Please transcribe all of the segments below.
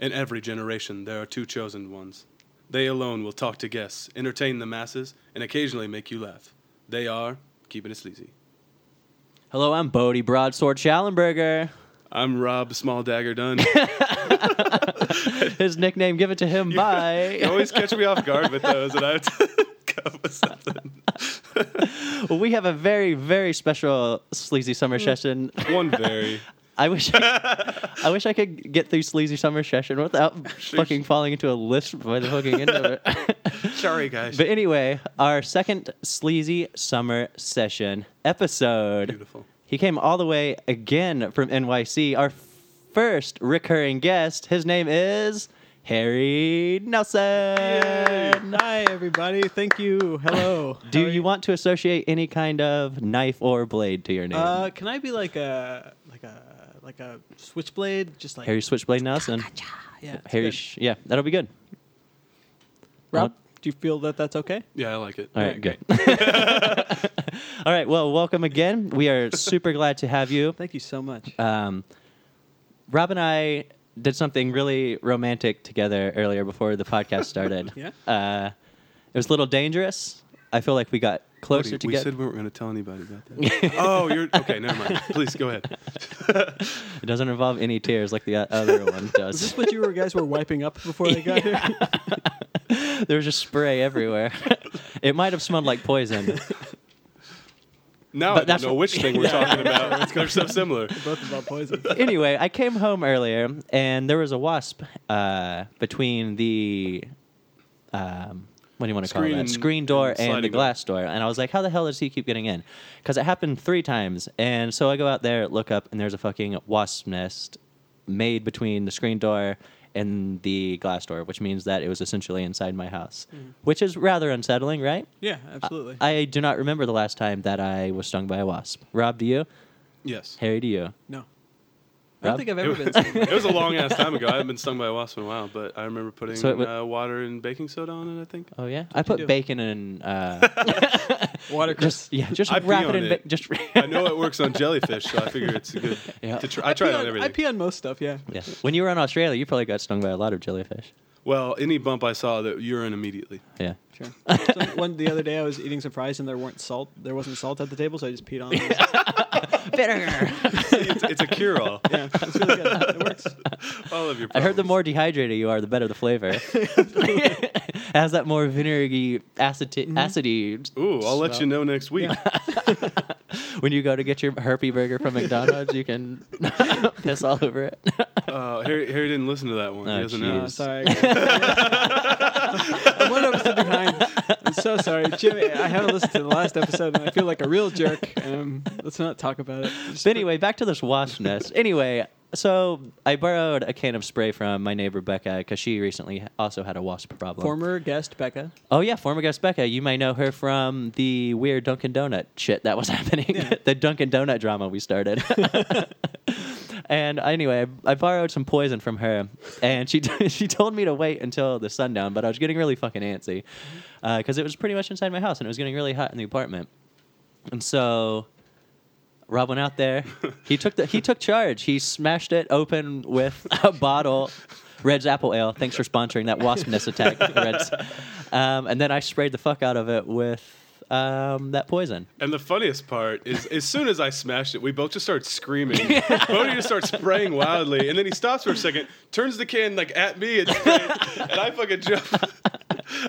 In every generation there are two chosen ones. They alone will talk to guests, entertain the masses, and occasionally make you laugh. They are keeping it sleazy. Hello, I'm Bodie Broadsword Schallenberger. I'm Rob Small Dagger Dunn. His nickname, give it to him you by. always catch me off guard with those, and I have to come with something. Well, we have a very, very special sleazy summer Hmm. session. One very. I wish, I, I wish I could get through sleazy summer session without fucking falling into a lisp by the fucking end of it. Sorry, guys. but anyway, our second sleazy summer session episode. Beautiful. He came all the way again from NYC. Our first recurring guest. His name is Harry Nelson. Hi, everybody. Thank you. Hello. Do How are you want to associate any kind of knife or blade to your name? Uh, can I be like a like a like a switchblade? Just like Harry Switchblade Nelson. Yeah. it's Harry, good. Sh- yeah, that'll be good. Rob, do you feel that that's okay? Yeah, I like it. All right, good. all right, well, welcome again. We are super glad to have you. Thank you so much. Um, Rob and I did something really romantic together earlier before the podcast started. Yeah? Uh, it was a little dangerous. I feel like we got Buddy, closer we together. said we weren't going to tell anybody about that. oh, you're okay. Never mind. Please go ahead. It doesn't involve any tears like the o- other one Is this does. what you were- guys were wiping up before they got here? there was just spray everywhere. it might have smelled like poison. Now But I that's don't know what- which thing we're talking about. They're so similar. Both about poison. anyway, I came home earlier and there was a wasp uh, between the um, what do you want to call Screen that and- screen door and and, the sliding door. glass door, and I was like, "How the hell does he keep getting in?" Because it happened three times, and so I go out there, look up, and there's a fucking wasp nest made between the screen door and the glass door, which means that it was essentially inside my house, Mm. which is rather unsettling, right? Yeah, absolutely. I do not remember the last time that I was stung by a wasp. Rob, do you? Yes. Harry, do you? no. I Rob? don't think I've It ever was, been. stung by- it was a long ass time ago. I haven't been stung by a wasp in a while, but I remember putting So it wa- uh, water and baking soda on it. I think. Oh yeah, I put do? bacon and uh, Watercress. just yeah, just I pee wrap on it in. Ba- it. just I know it works on jellyfish, so I figure it's a good. Yeah. To try. I try pee it on on- everything. I pee on most stuff. Yeah. yeah. When you were in Australia, you probably got stung by a lot of jellyfish. Well, any bump I saw, that urine immediately. Yeah. Sure. So one the other day, I was eating some fries and there weren't salt. There wasn't salt at the table, so I just peed on. it. Vinegar. It's, it's a cure-all. yeah, it's really good. It works. All of your. I heard the problems. more dehydrated you are, the better the flavor. it has that more vinegary acidi- acidity Ooh, I'll let you know next week. when you go to get your herpy burger from McDonald's. you can piss all over it. Uh, Harry, Harry didn't listen to that one. Oh, he doesn't No, know. jeez. sorry. I'm one episode behind. I'm so sorry, Jimmy. I haven't listened to the last episode, and I feel like a real jerk. Um, let's not talk about it. Just But anyway, back to this wasp nest. Anyway, so I borrowed a can of spray from my neighbor Becca because she recently also had a wasp problem. former guest Becca. Oh yeah, former guest Becca. You may know her from the weird Dunkin' Donut shit that was happening, the Dunkin' Donut drama we started. and anyway, I, I borrowed some poison from her, and she t- she told me to wait until the sundown. But I was getting really fucking antsy because it was pretty much inside my house, and it was getting really hot in the apartment. And so Rob went out there. He took the he took charge. He smashed it open with a bottle, Red's Apple Ale. Thanks for sponsoring that wasp nest attack, Reds. Um, and then I sprayed the fuck out of it with um, that poison. And the funniest part is, as soon as I smashed it, we both just started screaming. Bodie just starts spraying wildly, and then he stops for a second, turns the can like at me, and, sprays, and I fucking jump.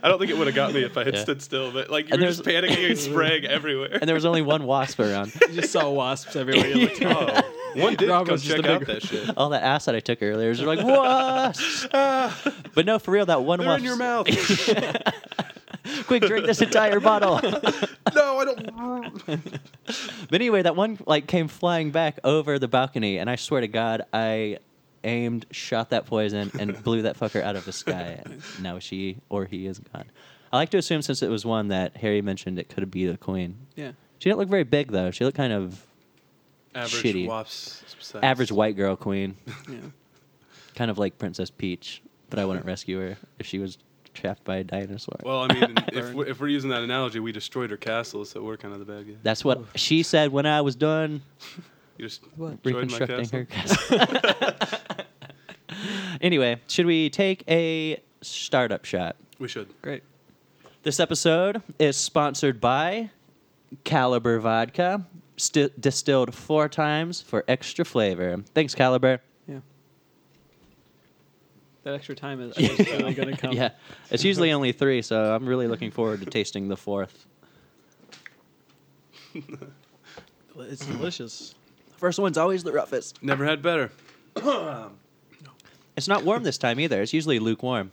I don't think it would have got me if I had Yeah. stood still, but like you And were just there's- panicking and spraying everywhere. And there was only one wasp around. You just saw wasps everywhere. You're like, oh, one did Rob come was just check a out big- that shit. All that ass that I took earlier was like wasps. but no, for real, that one They're in wasp. your mouth. Quick, drink this entire bottle. no, I don't. But anyway, that one like came flying back over the balcony, and I swear to God, I aimed, shot that poison, and blew that fucker out of the sky. And now she or he is gone. I like to assume since it was one that Harry mentioned, it could be the queen. yeah. She didn't look very big though. She looked kind of Average Shitty. wasps. size. average white girl queen, Yeah. kind of like Princess Peach. But I wouldn't rescue her if she was trapped by a dinosaur. Well, I mean, if Burn. we're, if we're using that analogy, we destroyed her castle, so we're kind of the bad guy. That's what she said when I was done You just What? destroyed my reconstructing castle. her castle. Anyway, should we take a startup shot? We should. Great. This episode is sponsored by Caliber Vodka, sti- distilled four times for extra flavor. Thanks, Caliber. Yeah. That extra time is I guess, really going to come. Yeah, it's usually only three, so I'm really looking forward to tasting the fourth. Well, It's delicious. First one's always the roughest. Never had better. It's not warm this time either. It's usually lukewarm.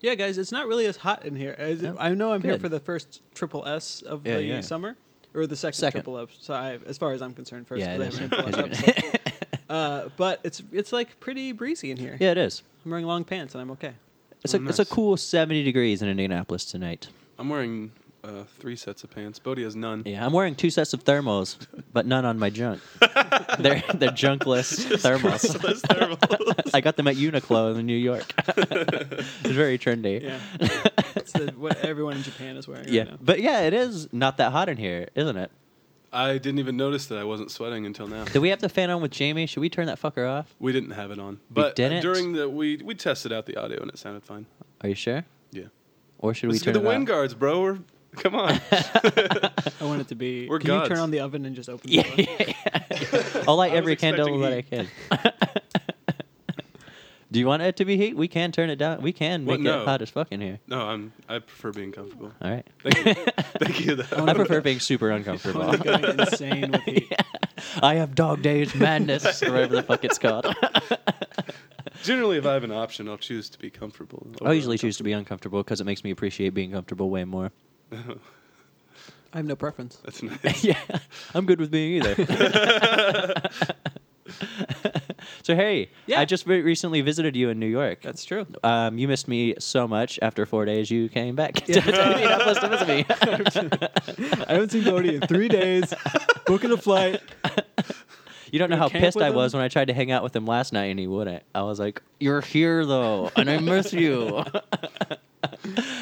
Yeah, guys, it's not really as hot in here. As No. I know I'm here Good. for the first triple S of Yeah, the yeah. summer, or the second, Second. triple S. So I, as far as I'm concerned, first. yeah, it 'cause I is. haven't had triple S up, so- uh, but it's it's like pretty breezy in here. yeah, it is. I'm wearing long pants and I'm okay. It's a Oh, it's a nice. cool 70 degrees in Indianapolis tonight. I'm wearing uh, three sets of pants. Bodhi has none. Yeah, I'm wearing two sets of thermals, but none on my junk. they're they're junkless thermals. That's terrible. I got them at Uniqlo in New York. it's very trendy. Yeah, it's the, what everyone in Japan is wearing. Yeah, right now. but yeah, it is not that hot in here, isn't it? I didn't even notice that I wasn't sweating until now. Do we have the fan on with Jamie? Should we turn that fucker off? We didn't have it on, but didn't? during the we we tested out the audio and it sounded fine. Are you sure? Yeah, Or should we Let's do turn the it wind off? guards, bro. We're come on. I want it to be. We're can you turn gods. on the oven and just open? the Yeah, door? yeah, yeah. I'll light I was every candle that I expecting can. Do you want it to be heat? We can turn it down. We can What? make No. it hot as fuck in here. no, I'm. I prefer being comfortable. All right. Thank you. Thank you. Though. I prefer being super uncomfortable. I'm going insane with heat. I have dog days madness, or whatever the fuck it's called. Generally, if I have an option, I'll choose to be comfortable. I usually choose to be uncomfortable because it makes me appreciate being comfortable way more. I have no preference. That's nice. yeah, I'm good with being either. so hey, Yeah. I just re- recently visited you in New York. That's true. um, you missed me so much. After four days, you came back to Indianapolis to visit me. I haven't seen Bodhi in three days. Booking a flight. You don't know You how camp pissed with I was him? when I tried to hang out with him last night and he wouldn't. I was like, "You're here though, and I miss you."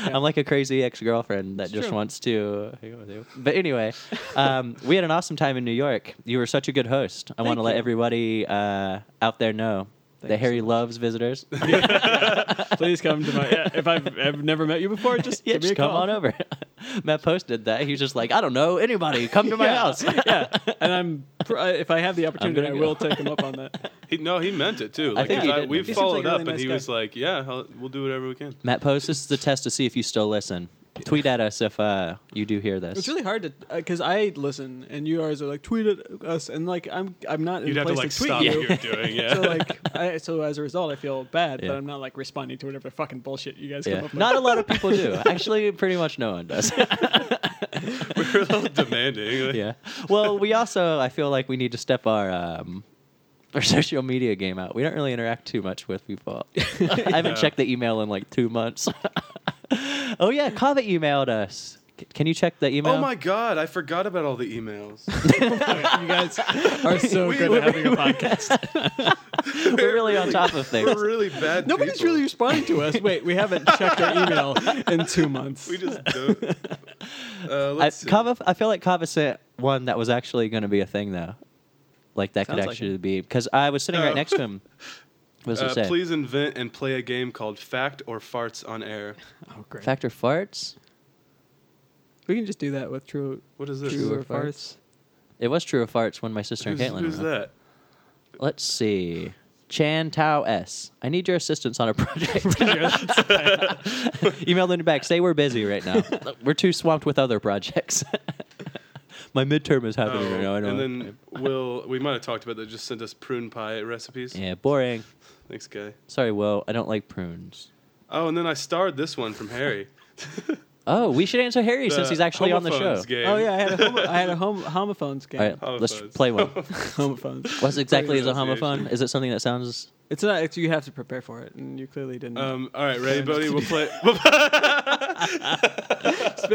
I'm like a crazy ex-girlfriend that It's just true. wants to hang out with you. But anyway, um, we had an awesome time in New York. You were such a good host. I want Thank to let you. everybody uh, out there know Thank you that so Harry loves visitors. Please come to my. yeah, If I've, I've never met you before, just yeah, give me just a come call. on over. Matt Post did that. He was just like, "I don't know anybody. Come to my Yeah. house." yeah, and I'm. pr- I- If I have the opportunity, gonna I go. will take him up on that. He, no, he meant it too. Like, think 'cause he did we mean it. He seems like followed a up, really and nice he guy. was like, "Yeah, I'll, we'll do whatever we can." Matt Post, this is the test to see if you still listen. Tweet at us if uh, you do hear this. It's really hard to because I listen and you guys are like tweet at us and like I'm I'm not in You'd a have to like place tweet stop you. what you're doing. Yeah. So like I, so as a result, I feel bad Yeah. that I'm not like responding to whatever fucking bullshit you guys come Yeah. up with. Not a lot of people do. Actually, pretty much no one does. we're a little demanding. Like, yeah. Well, we also, I feel like we need to step our um, our social media game out. We don't really interact too much with people. I haven't Yeah. checked the email in like two months. oh, yeah. Kava emailed us. C- Can you check the email? Oh my god, I forgot about all the emails. you guys are so We- good at having a podcast. We're really on top of things. We're really bad. Nobody's people. really responding to us. Wait, we haven't checked our email in two months. We just don't. Uh, I, let's see. Kava, I feel like Kava sent one that was actually going to be a thing, though. Like that Sounds could like actually be. Because I was sitting Oh. right next to him. What does it Uh, say? please invent and play a game called Fact or Farts on Air. oh great. Factor farts? We can just do that with true What is this? true or or farce. It was true or farts when my sister Who's, and Caitlin. who's were on. that? Let's see. Chan Tao S. I need your assistance on a project. Email them back. Say we're busy right now. we're too swamped with other projects. my midterm is happening right now. I don't. Oh, Um, and then Will, we might have talked about that. Just sent us prune pie recipes. yeah, boring. Thanks, guy. Sorry, Will. I don't like prunes. Oh, and then I starred this one from Harry. Oh, we should answer Harry since The he's actually on the show. homophones game. Oh yeah, I had a homo- I had a homo- homophones game. All right, let's Homophones. play one. Homophones. What's exactly is a Pronunciation. homophone? Is it something that sounds? It's not. It's, you have to prepare for it, and you clearly didn't. Um, all right, ready, enough buddy? to We'll do play.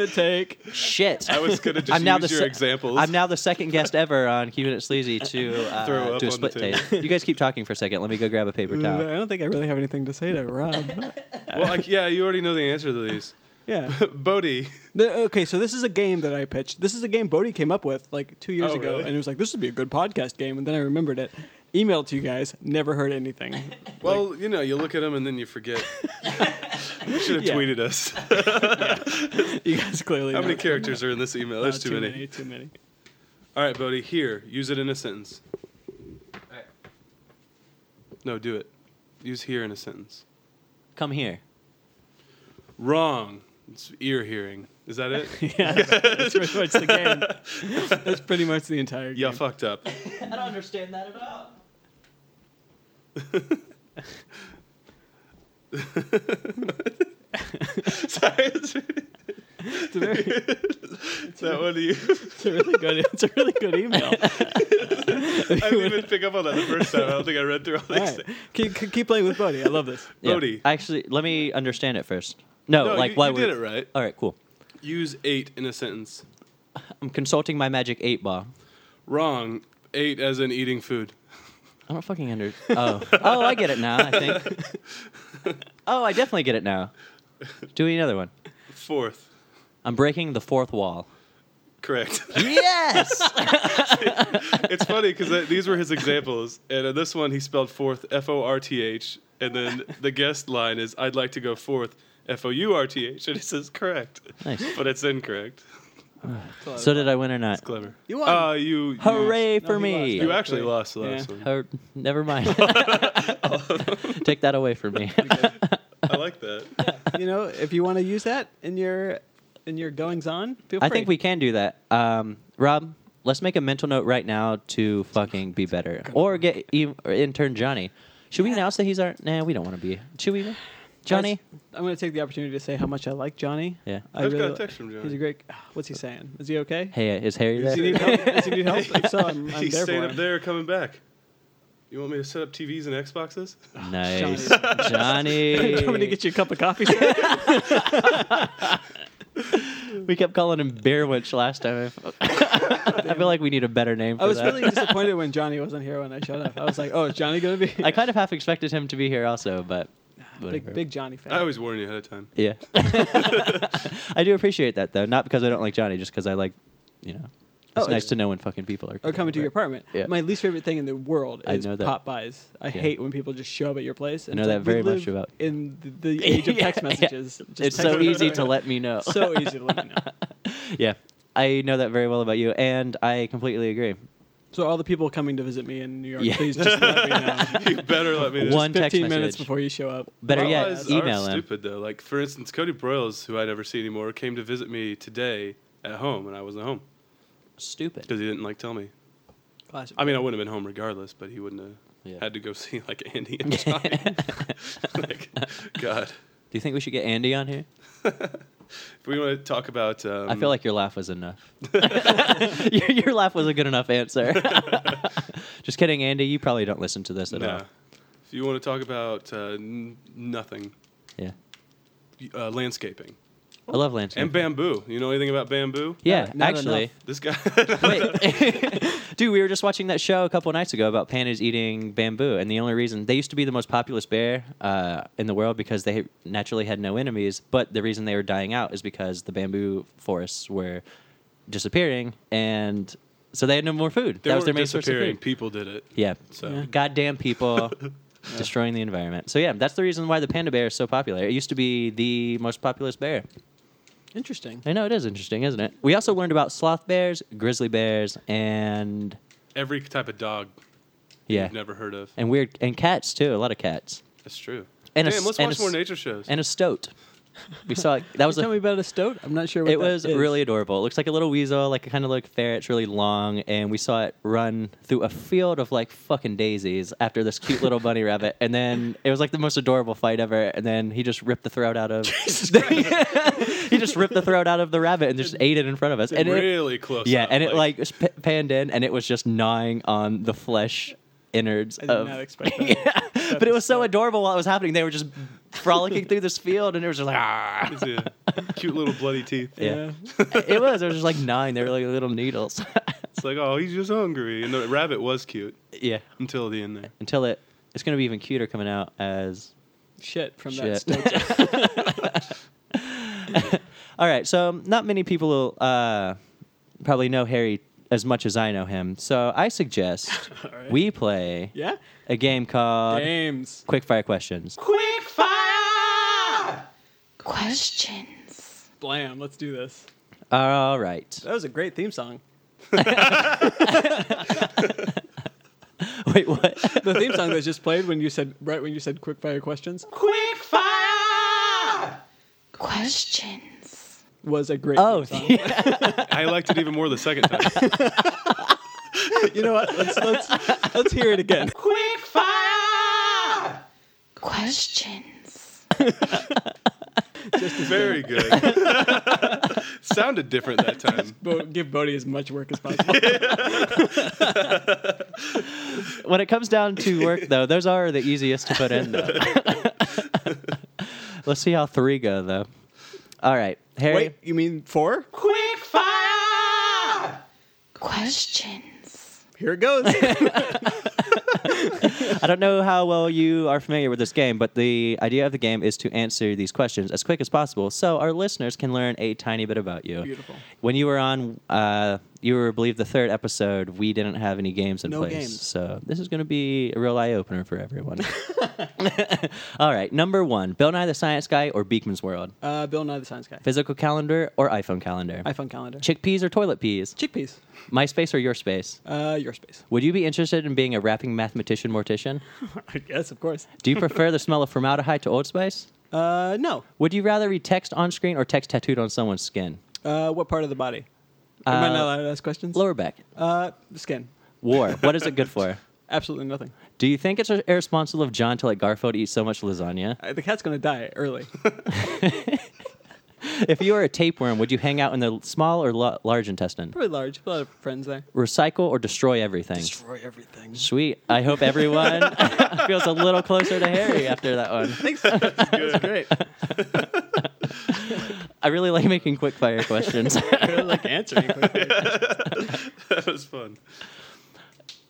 Spit take. Shit. I was gonna just I'm now use the your se- examples. I'm now the second guest ever on Keeping It Sleazy to uh, Throw up do on the a split taste. You guys keep talking for a second. Let me go grab a paper I towel. don't think I really have anything to say to Rob. well, like, yeah, you already know the answer to these. yeah. Bodhi, The- okay, so this is a game that I pitched. This is a game Bodhi came up with like two years Oh, ago, really? and it was like, "This would be a good podcast game." And then I remembered it, emailed to you guys. Never heard anything. Well, you know, you look at them and then you forget. you should have Yeah. tweeted us. You guys clearly. How many know. characters are in this email? Uh, There's too, many. Too many. All right, Bodhi, here, use it in a sentence. No, do it. Use here in a sentence. Come here. Wrong. It's ear hearing. Is that it? yeah, that's pretty much the game. That's pretty much the entire game. Yeah, fucked up. I don't understand that at all. Sorry. it's- It's a, very, that one of you. it's a really good. It's a really good email. I didn't even pick up on that the first time. I don't think I read through all All these right. things. keep, keep- keep playing with Bodhi. I love this. Bodhi. Actually, let me understand it first. No, No, like you, why you we did it right. All right, cool. Use eight in a sentence. I'm consulting my magic eight bar. Wrong. Eight as in eating food. I don't fucking under. Oh, oh, I get it now. I think. Oh, I definitely get it now. Do another one. Fourth. I'm breaking the fourth wall. Correct. Yes. it's funny because these were his examples, and in this one he spelled fourth F O R T H, and then the guest line is I'd like to go fourth F O U R T H, and it says correct, nice. but it's incorrect. So did I win or not? Clever. You won. Uh, you, you- Hooray No, for he lost. me! You actually lost the last Yeah. one. Hur- never mind. Take that away from me. I like that. you know, if you want to use that in your in your goings on, feel free. I think we can do that. Um, Rob, let's make a mental note right now to fucking be better, or get e- or intern Johnny. Should we announce that he's our? Nah, we don't want to be. Should we? Johnny. Guys, I'm going to take the opportunity to say how much I like Johnny. Yeah. I I've got a li- text from Johnny. He's a great. What's he saying? Is he okay? Hey, uh, is Harry Does there? he need help? Does he need help? If so, I'm, I'm He's there for staying up him. there, coming back. You want me to set up TVs and Xboxes? Nice, Johnny. Coming to get you a cup of coffee. sir? we kept calling him Bear Winch last time. I feel like we need a better name. For I was that. really disappointed when Johnny wasn't here when I showed up. I was like, oh, is Johnny going to be? I kind of half expected him to be here also, but whatever. big, big Johnny fan. I always warn you ahead of time. Yeah. I do appreciate that though, not because I don't like Johnny, just because I like, you know, it's Oh, nice it's- to know when fucking people are or coming to your apartment. Yeah. My least favorite thing in the world I is know that. pop buys. I hate when people just show up at your place. And know it's that like, we very much live about- In the, the age of text Yeah, yeah. messages, Just It's text so me. easy to let me know. so e-, easy to let me know. yeah, I know that very well about you, and I completely agree. So all the people coming to visit me in New York, Yeah. please just let me know. You better let me. One text 15 minutes message. before you show up. Better yeah, yet, email him. Stupid though. Like for instance, Cody Broyles, who I never see anymore, came to visit me today at home, and I wasn't home Stupid. because he didn't like tell me. Classic. I mean, I wouldn't have been home regardless, but he wouldn't have Yeah. had to go see like Andy and Johnny. like, God, Do you think we should get Andy on here? if we want to talk about, um, I feel like your laugh was enough. your, your laugh was a good enough answer. just kidding, Andy. You probably don't listen to this at nah. all. If you want to talk about uh, n- nothing, Yeah, uh, landscaping I love Lance. and bamboo. You know anything about bamboo? Yeah, Not- not actually. enough. This guy. Wait, dude, we were just watching that show a couple nights ago about pandas eating bamboo, and the only reason they used to be the most populous bear uh, in the world because they naturally had no enemies, but the reason they were dying out is because the bamboo forests were disappearing, and so they had no more food. they that was their weren't main source of disappearing. food. People did it. Yeah, So Yeah. goddamn people. Destroying the environment. So, yeah, that's the reason why the panda bear is so popular. It used to be the most populous bear. Interesting. I know it is interesting, isn't it? We also learned about sloth bears, grizzly bears, and every type of dog yeah, you've never heard of. and weird and cats too. A lot of cats That's true. And a Damn, s- let's and a watch more s- nature shows. and a stoat. We saw it- that was Tell me a, about a stoat. I'm not sure what it that was is. really adorable. It looks like a little weasel, like kind of like a ferret. It's really long, and we saw it run through a field of like fucking daisies after this cute little bunny rabbit. And then it was like the most adorable fight ever. And then he just ripped the throat out of he just ripped the throat out of the rabbit and just ate it in front of us. And it- really close. Yeah, up, and it like sp- panned in, and it was just gnawing on the flesh innards I did of. not expect that. yeah, but it was so adorable while it was happening. They were just frolicking through this field, and it was just like ah. It's, yeah. cute little bloody teeth. Yeah, it was. It was just like nine. They were like little needles. It's like, oh, he's just hungry. And the rabbit was cute yeah, until the end there. until it it's gonna be even cuter coming out as shit from Shit. that stoat. All right, so not many people uh, probably know Harry as much as I know him. So I suggest Alright. we play Yeah? a game called Games. Quick Fire Questions. Quick fire! Questions. Blam. Let's do this. All right. That was a great theme song. Wait, what? The theme song that just played when you said right when you said quick fire questions Quick fire! Questions. was a great. Oh, theme song. yeah. I liked it even more the second time. you know what? Let's let's let's hear it again. Quick fire! Questions. Very good. Sounded different that time. Bo- give Bodhi as much work as possible. when it comes down to work, though, those are the easiest to put in, though. Let's see how three go, though. All right, Harry. Wait, you mean four? Quick fire! Questions. Here it goes. I don't know how well you are familiar with this game, but the idea of the game is to answer these questions as quick as possible, so our listeners can learn a tiny bit about you. Beautiful. When you were on, uh, you were, I believe, the third episode. We didn't have any games in No place, games. so this is going to be a real eye opener for everyone. All right, number one: Bill Nye the Science Guy or Beekman's World? Uh, Bill Nye the Science Guy. Physical calendar or iPhone calendar? iPhone calendar. Chickpeas or toilet peas? Chickpeas. MySpace or your space? Uh, your space. Would you be interested in being a rapping mathematician mortician? I guess, of course. Do you prefer the smell of formaldehyde to Old Spice? Uh, no. Would you rather read text on screen or text tattooed on someone's skin? Uh, what part of the body? Am I Uh, not allowed to ask questions? Lower back. Uh, skin. War. What is it good for? Absolutely nothing. Do you think it's irresponsible of John to let Garfield eat so much lasagna? Uh, the cat's gonna die early. If you were a tapeworm, would you hang out in the small or lo- large intestine? Probably large. A lot of friends there. Recycle or destroy everything? Destroy everything. Sweet. I hope everyone feels a little closer to Harry after that one. Thanks. That's great. I really like making quick fire questions. I really like answering. quickly. That was fun.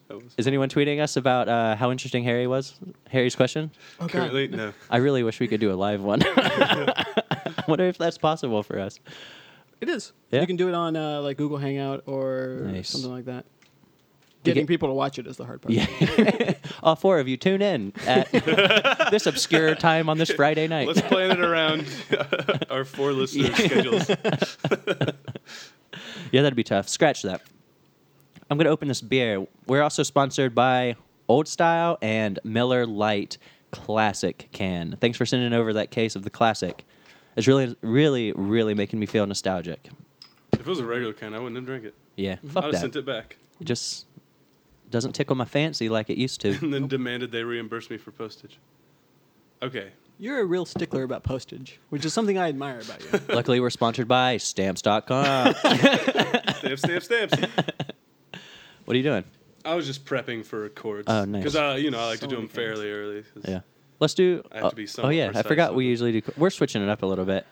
That was Is anyone tweeting us about uh, how interesting Harry was? Harry's question? Oh, God. currently no. I really wish we could do a live one. I wonder if that's possible for us. It is. Yeah. You can do it on uh, like Google Hangout or Nice. something like that. Getting get- people to watch it is the hard part. Yeah. All four of you tune in at this obscure time on this Friday night. Let's plan it around our four listeners' schedules. Yeah, that'd be tough. Scratch that. I'm going to open this beer. We're also sponsored by Old Style and Miller Lite Classic Can. Thanks for sending over that case of the classic. It's really, really, really making me feel nostalgic. If it was a regular can, I wouldn't have drank it. Yeah, I'd fuck have that. sent Mm-hmm. it back It just doesn't tickle my fancy like it used to. and then demanded they reimburse me for postage. Okay. You're a real stickler about postage, which is something I admire about you. Luckily, we're sponsored by Stamps.com. Stamps, stamps, stamps. what are you doing? I was just prepping for chords. Oh, nice. Because, uh, you know, I like So to do them many cans. fairly early. 'cause Yeah. Let's do. I have to be oh, oh somewhat yeah, I precise forgot with we it. usually do. We're switching it up a little bit.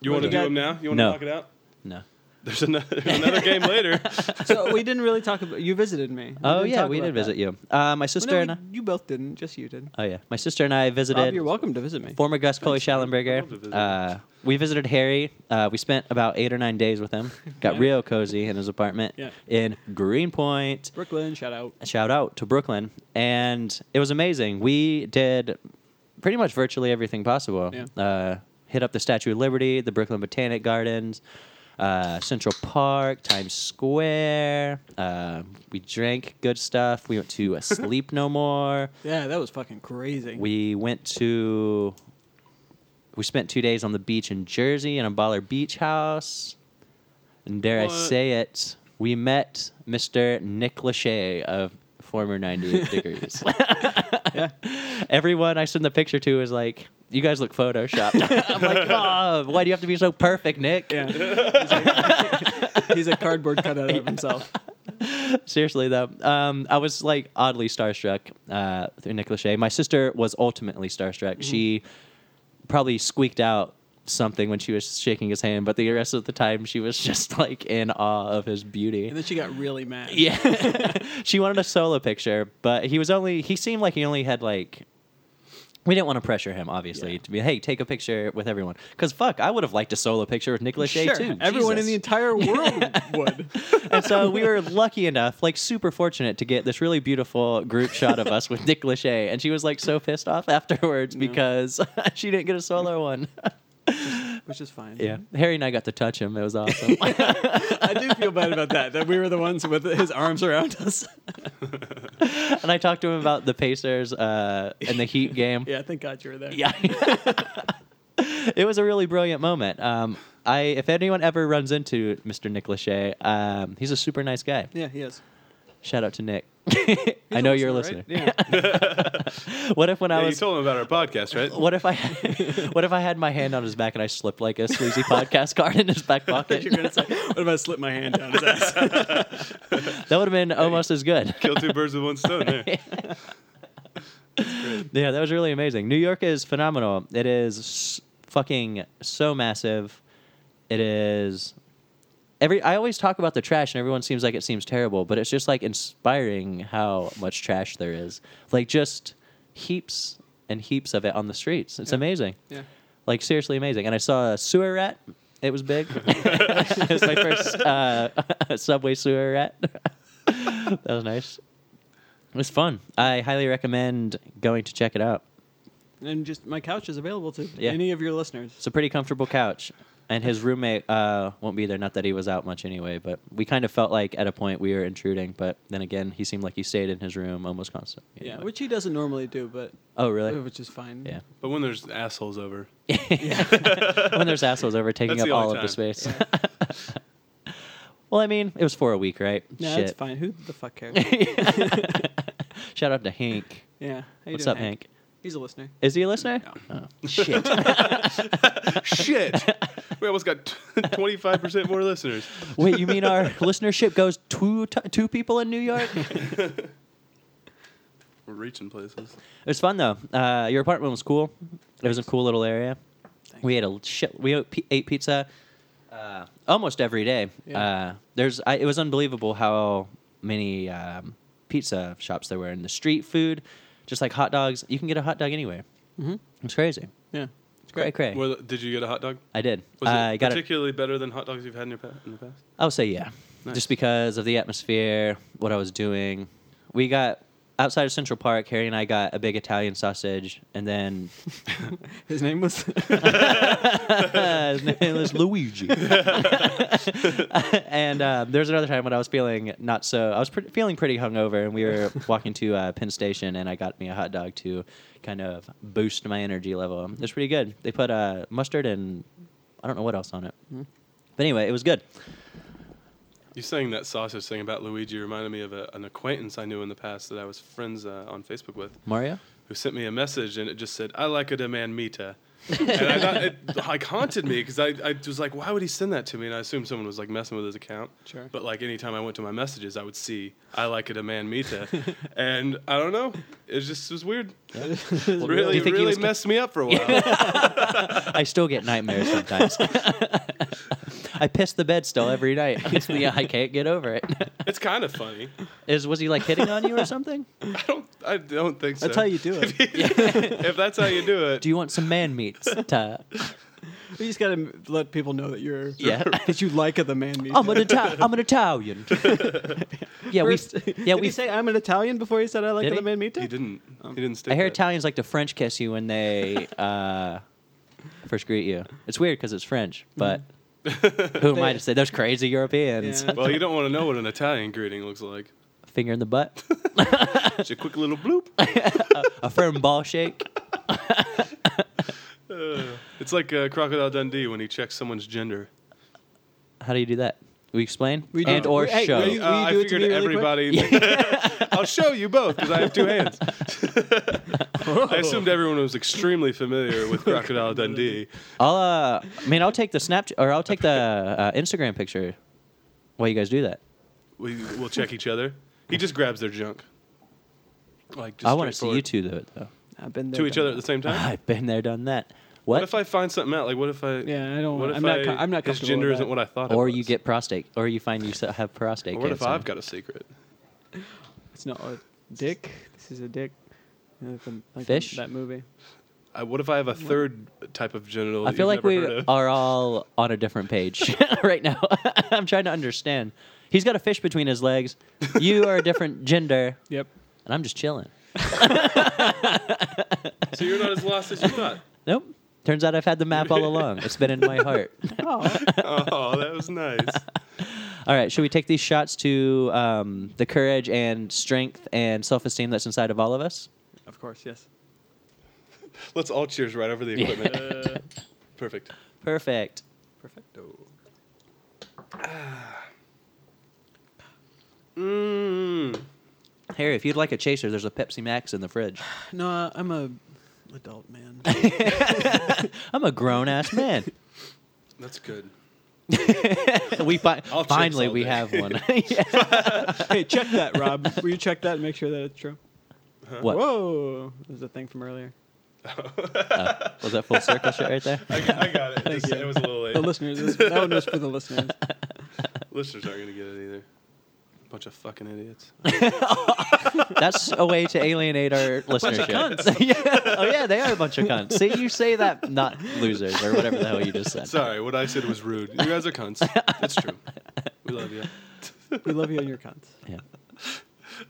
You want to You do got- them now? You want No. to knock it out? No. There's another, another game later. so we didn't really talk about. You visited me. We Oh didn't yeah, talk we about did that. visit you. Uh, my Well, sister no, and I, you, you both didn't. Just you did. oh yeah, my sister and I Rob, you're visited welcome to visit me. former guest Chloe Schallenberger. I'd love to visit. Uh, we visited Harry. Uh, we spent about eight or nine days with him. Got Yeah. real cozy in his apartment Yeah. in Greenpoint. Brooklyn, shout out. shout out to Brooklyn. And it was amazing. We did pretty much virtually everything possible. Yeah. Uh, hit up the Statue of Liberty, the Brooklyn Botanic Gardens, uh, Central Park, Times Square. Uh, we drank good stuff. We went to uh, Sleep No More. Yeah, that was fucking crazy. We went to. We spent two days on the beach in Jersey in a baller beach house. And dare I What? say it, we met Mr. Nick Lachey of former 98 Degrees. Everyone I send the picture to is like, you guys look photoshopped. I'm like, oh, why do you have to be so perfect, Nick? yeah. He's like- he's a cardboard cutout of himself. Seriously though, um, I was like oddly starstruck uh, through Nick Lachey. My sister was ultimately Mm-hmm. starstruck. She probably squeaked out something when she was shaking his hand, but the rest of the time she was just like in awe of his beauty. And then she got really mad. Yeah. she wanted a solo picture, but he was only he seemed like he only had like we didn't want to pressure him, obviously, to be hey, take a picture with everyone. Because fuck, I would have liked a solo picture with Nicolas Shea Sure, too. everyone in the Jesus. entire world would. and so we were lucky enough, like super fortunate, to get this really beautiful group shot of us with Nick Lachey. And she was like so pissed off afterwards because she didn't get a solo one. Which is fine. yeah, Harry and I got to touch him. It was awesome. I do feel bad about that. That we were the ones with his arms around us. and I talked to him about the Pacers uh, and the Heat game. Yeah, thank God you were there. Yeah. it was a really brilliant moment. Um, I, if anyone ever runs into Mr. Nick Lachey, um, he's a super nice guy. yeah, he is. Shout out to Nick. I know you're a listener. Right? Yeah. What if when I Yeah, you was told him about our podcast, right? What if I what if I had my hand on his back and I slipped like a sleazy podcast card in his back pocket? You're gonna say, what if I slip my hand down his ass? That would have been almost as good. Kill two birds with one stone. There. Yeah, that was really amazing. New York is phenomenal. It is s- fucking so massive. It is every I always talk about the trash and everyone seems like it seems terrible, but it's just like inspiring how much trash there is. Like just heaps and heaps of it on the streets. It's amazing. yeah. Like seriously amazing. And I saw a sewer rat. It was big. it was my first uh, subway sewer rat. that was nice. It was fun. I highly recommend going to check it out. And just my couch is available to Yeah. any of your listeners. It's a pretty comfortable couch. And his roommate uh, won't be there. Not that he was out much anyway, but we kind of felt like at a point we were intruding. But then again, he seemed like he stayed in his room almost constantly. Yeah, which he doesn't normally do, but oh, really? which is fine. Yeah. But when there's assholes over, when there's assholes over taking That's up the all only of the time. space. well, I mean, it was for a week, right? Yeah, Shit. it's fine. Who the fuck cares? Shout out to Hank. yeah. How you What's doing, up, Hank? He's a listener. Is he a listener? Oh, shit. shit, we almost got twenty five percent more listeners. Wait, you mean our listenership goes two t- two people in New York? We're reaching places. It was fun though. Uh, your apartment was cool. It was a cool little area. We ate a shit. We ate pi- ate pizza uh, almost every day. Yeah. Uh, there's. I, it was unbelievable how many um, pizza shops there were in the street food, just like hot dogs. You can get a hot dog anywhere. Mhm. It's crazy. Yeah. It's cray cray. Well, did you get a hot dog? I did. Uh, Was it I got it. particularly better than hot dogs you've had in, your pa- in the past? I would say yeah, Nice. just because of the atmosphere, what I was doing. We got outside of Central Park. Harry and I got a big Italian sausage, and then His name was. His name was Luigi. and uh, there's another time when I was feeling not so. I was pre- feeling pretty hungover, and we were walking to uh, Penn Station, and I got me a hot dog to kind of boost my energy level. It was pretty good. They put uh, mustard and I don't know what else on it. But anyway, it was good. You saying that sausage thing about Luigi reminded me of a, an acquaintance I knew in the past that I was friends uh, on Facebook with, Mario. who sent me a message and it just said, "I like a demand mita." and I thought it like haunted me because I, I was like, why would he send that to me? And I assumed someone was like messing with his account. Sure. But like anytime I went to my messages, I would see, I like a demand mita. and I don't know. It just was weird. Do Really, you think he really was con- messed me up for a while. I still get nightmares sometimes. I piss the bed still every night. It's the- I can't get over it. it's kind of funny. Is was he like hitting on you or something? I don't, I don't think so. That's how you do it. if that's how you do it, Do you want some man meats? To- you just gotta m- let people know that you're. Yeah. That you like the man meat. I'm an Italian. I'm an Italian. yeah, First, we. Yeah, did we. he say I'm an Italian before he said I like Did the he? man meat? he didn't. he didn't stick I hear that. Italians like to French kiss you when they uh, first greet you. It's weird because it's French, but who am I to say those crazy Europeans? Yeah. Well, you don't want to know what an Italian greeting looks like. Finger in the butt, It's a quick little bloop. a firm ball shake. Uh, it's like uh, Crocodile Dundee when he checks someone's gender. How do you do that? We explain We do. and or We- hey, show. Will you- Uh, will you I do it to figured me really everybody. I'll show you both because I have two hands. I assumed everyone was extremely familiar with Crocodile Dundee. I'll uh, I mean, I'll take the Snapchat or I'll take the uh, Instagram picture while you guys do that. We, we'll check each other. He just grabs their junk. Like just I want to see you straightforward. two do it though. I've been there. to each done other at the same time. I've been there, done that. What What? if I find something out? Like, what if I? Yeah, I don't What wanna- if I'm not I- co- I'm not His comfortable gender with isn't that. what I thought. it or was. you get prostate, or you find you s- have prostate Or what if cancer. I've got a secret? that. It's not a dick. This is a dick. Like the- like Fish? That movie. I, what if I have a third type of genital? I that feel you've like never we uh, heard of? are all on a different page right now. I'm trying to understand. He's got a fish between his legs. You are a different gender, Yep. and I'm just chilling. So you're not as lost as you thought. Nope. Turns out I've had the map all along. It's been in my heart. Oh, Oh, that was nice. All right, should we take these shots to um, the courage and strength and self-esteem that's inside of all of us? of course, yes. Let's all cheers right over the equipment. Uh, perfect. Perfect. Perfecto. Mmm. Harry, if you'd like a chaser, there's a Pepsi Max in the fridge. No, uh, I'm a adult man. I'm a grown ass man. That's good. we fi- I'll chase finally all we day. have one. Yeah. hey, check that, Rob. Will you check that and make sure that it's true? What Whoa, there's a thing from earlier. was that full circle shit right there? I, I got it. Just- you. It was a little late. The listeners, this- that one was for the listeners. Listeners aren't going to get it either. Bunch of fucking idiots. That's a way to alienate our listenership. yeah. Oh yeah, they are a bunch of cunts. See, you say that not losers or whatever the hell you just said. Sorry, what I said was rude. You guys are cunts. It's true. We love you. We love you and your cons. Yeah.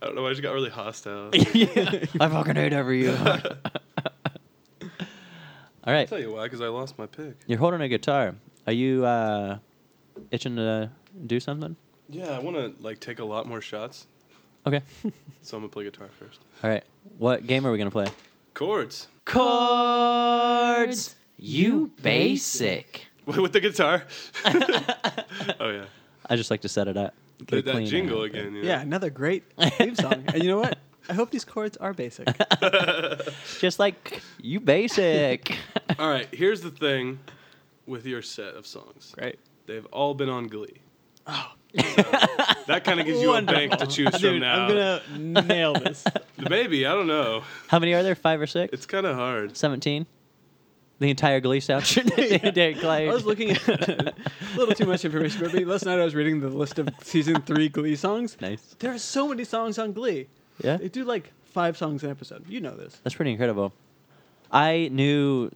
I don't know. I just got really hostile. Yeah. I fucking hate every you. All right, tell you why, because I lost my pick. you're holding a guitar. Are you uh, itching to do something? Yeah, I want to like take a lot more shots, Okay. so I'm gonna play guitar first. All right. What game are we gonna play? Chords. Chords. You basic. Wait, with the guitar. oh yeah, I just like to set it up. Get Play it that clean jingle out. again. Yeah, another great theme song. And you know what? I hope these chords are basic. Just like you basic. All right, here's the thing with your set of songs. Great. They've all been on Glee. Oh. that kind of gives you a bank to choose from Dude, now. I'm gonna nail this. Maybe I don't know. How many are there? Five or six? It's kind of hard. 17? The entire Glee soundtrack. yeah. Derek Clyde. I was looking at a little too much information, but last night I was reading the list of season three Glee songs. Nice. There are so many songs on Glee. Yeah. They do like five songs an episode. You know this. That's pretty incredible. I knew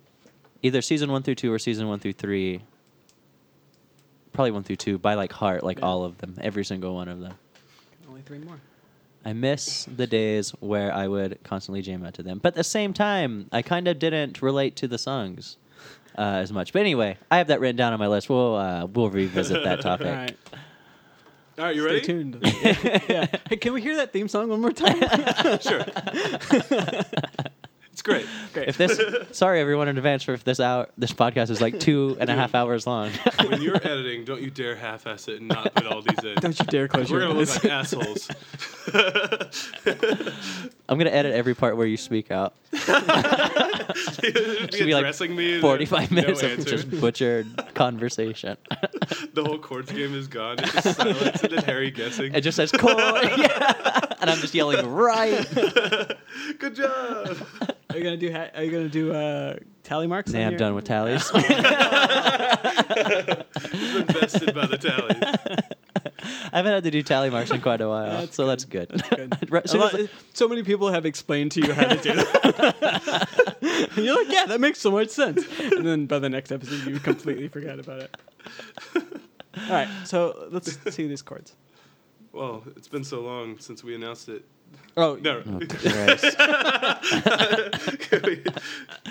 either season one through two or season one through three. Probably one through two by like heart, like Yeah. all of them, every single one of them. Only three more. I miss the days where I would constantly jam out to them. But at the same time, I kind of didn't relate to the songs uh, as much. But anyway, I have that written down on my list. We'll uh, we'll revisit that topic. All right. All right, you Stay ready? tuned. yeah. Hey, can we hear that theme song one more time? Sure. it's great. If this, sorry everyone in advance for if this out this podcast is like two and a half hours long. When you're editing, don't you dare half-ass it and not put all these in. Don't you dare close We're your gonna look eyes. like assholes. I'm gonna edit every part where you speak out. It'd Should be like addressing me. and Forty-five no minutes of answer. just butchered conversation. The whole chords game is gone. It's just silence and then Harry guessing. It just says "core," yeah. and I'm just yelling right. Good job. Are you gonna do? Ha- are you gonna do uh, tally marks? Now on I'm your- done with tallies. He's invested by the tallies. I haven't had to do tally marks in quite a while, That's so that's good. Good. Right, A soon as lot- so many people have explained to you how to do that. And you're like, yeah, that makes so much sense. And then by the next episode, you completely forgot about it. All right, so let's see these chords. Well, it's been so long since we announced it. Oh, No. I- Christ. I'm All right,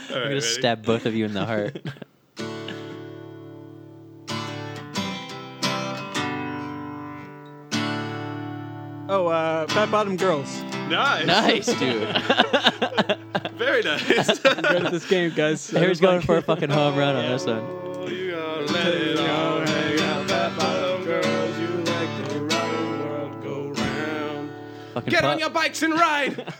gonna ready? stab both of you in the heart. oh, uh, Fat Bottom Girls. Nice. nice, dude. Very nice. I'm good at this game, guys. So Harry's just like- going for a fucking home run on this one. Oh, you gotta let it all hang out. Fat bottom girls, you like to run the world go round. Fucking Get on Puck. your bikes and ride.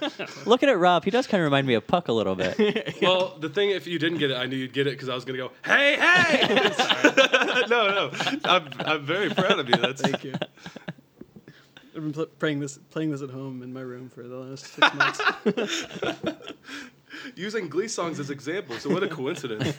Looking at Rob, he does kind of remind me of Puck a little bit. well, the thing, if you didn't get it, I knew you'd get it because I was gonna go, hey, hey. no, no, I'm, I'm very proud of you. That's Thank you. I've been pl- playing this playing this at home in my room for the last six months. using Glee songs as examples. So what a coincidence.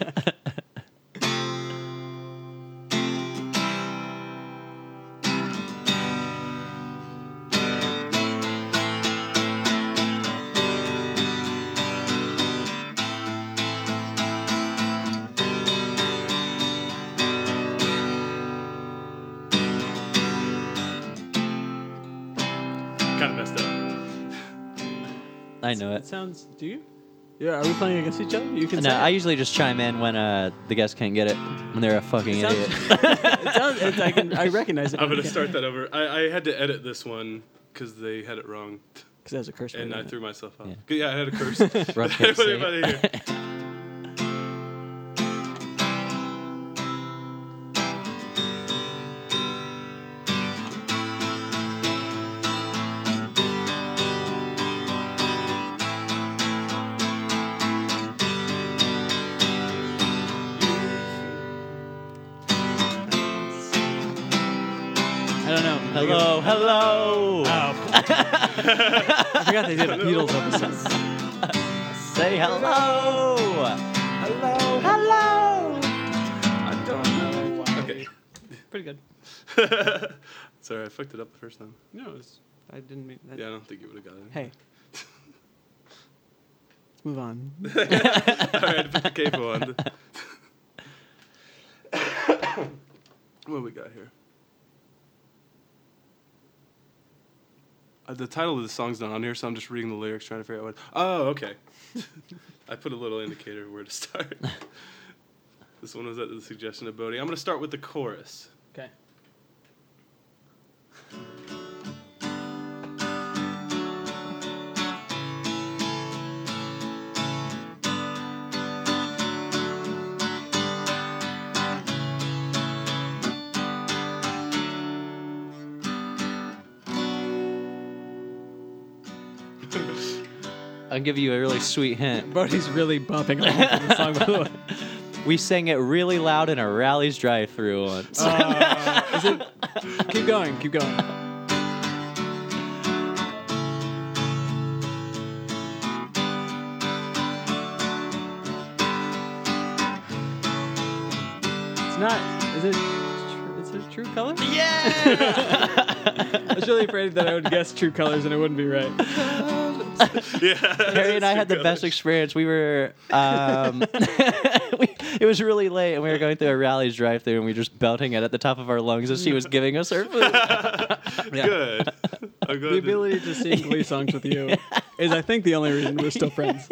I know it. sounds. Do you? Yeah. Are we playing against each other? You can. No, say it. I usually just chime in when uh, the guest can't get it, when they're a fucking It sounds- idiot. it sounds, it's, I can. I recognize it. I'm gonna start that over. I, I had to edit this one because they had it wrong, because there's a curse word. and I in it. threw myself off. Yeah. Yeah, I had a curse. Everybody- can't say it. everybody here. I don't know. hello, hello. I forgot they did a Beatles episode. Say hello. Hello, hello. I don't know. Why. Okay. Pretty good. Sorry, I fucked it up the first time. No, it's, I didn't mean. That. Yeah, I don't think you would have got it. Hey. Let's move on. All right, put the capo on. what we got here? Uh, the title of the song's not on here, so I'm just reading the lyrics, trying to figure out what. Oh, okay. I put a little indicator where to start. this one was at the suggestion of Bodhi. I'm going to start with the chorus. Okay. I'll give you a really sweet hint. Brody's really bumping along to the song. by the way. We sang it really loud in a Rally's drive-through once. Uh, is it- keep going. Keep going. It's not. Is it? tr- Is it true color? yeah. I was really afraid that I would guess true colors and it wouldn't be right. Yeah. Harry and I had the best experience. We were, um, we, it was really late, and we were going through a Rally's drive-through, and we were just belting it at the top of our lungs as she was giving us her food. Good. I'm glad The that- ability to sing Glee songs with you is, I think, the only reason we're still friends.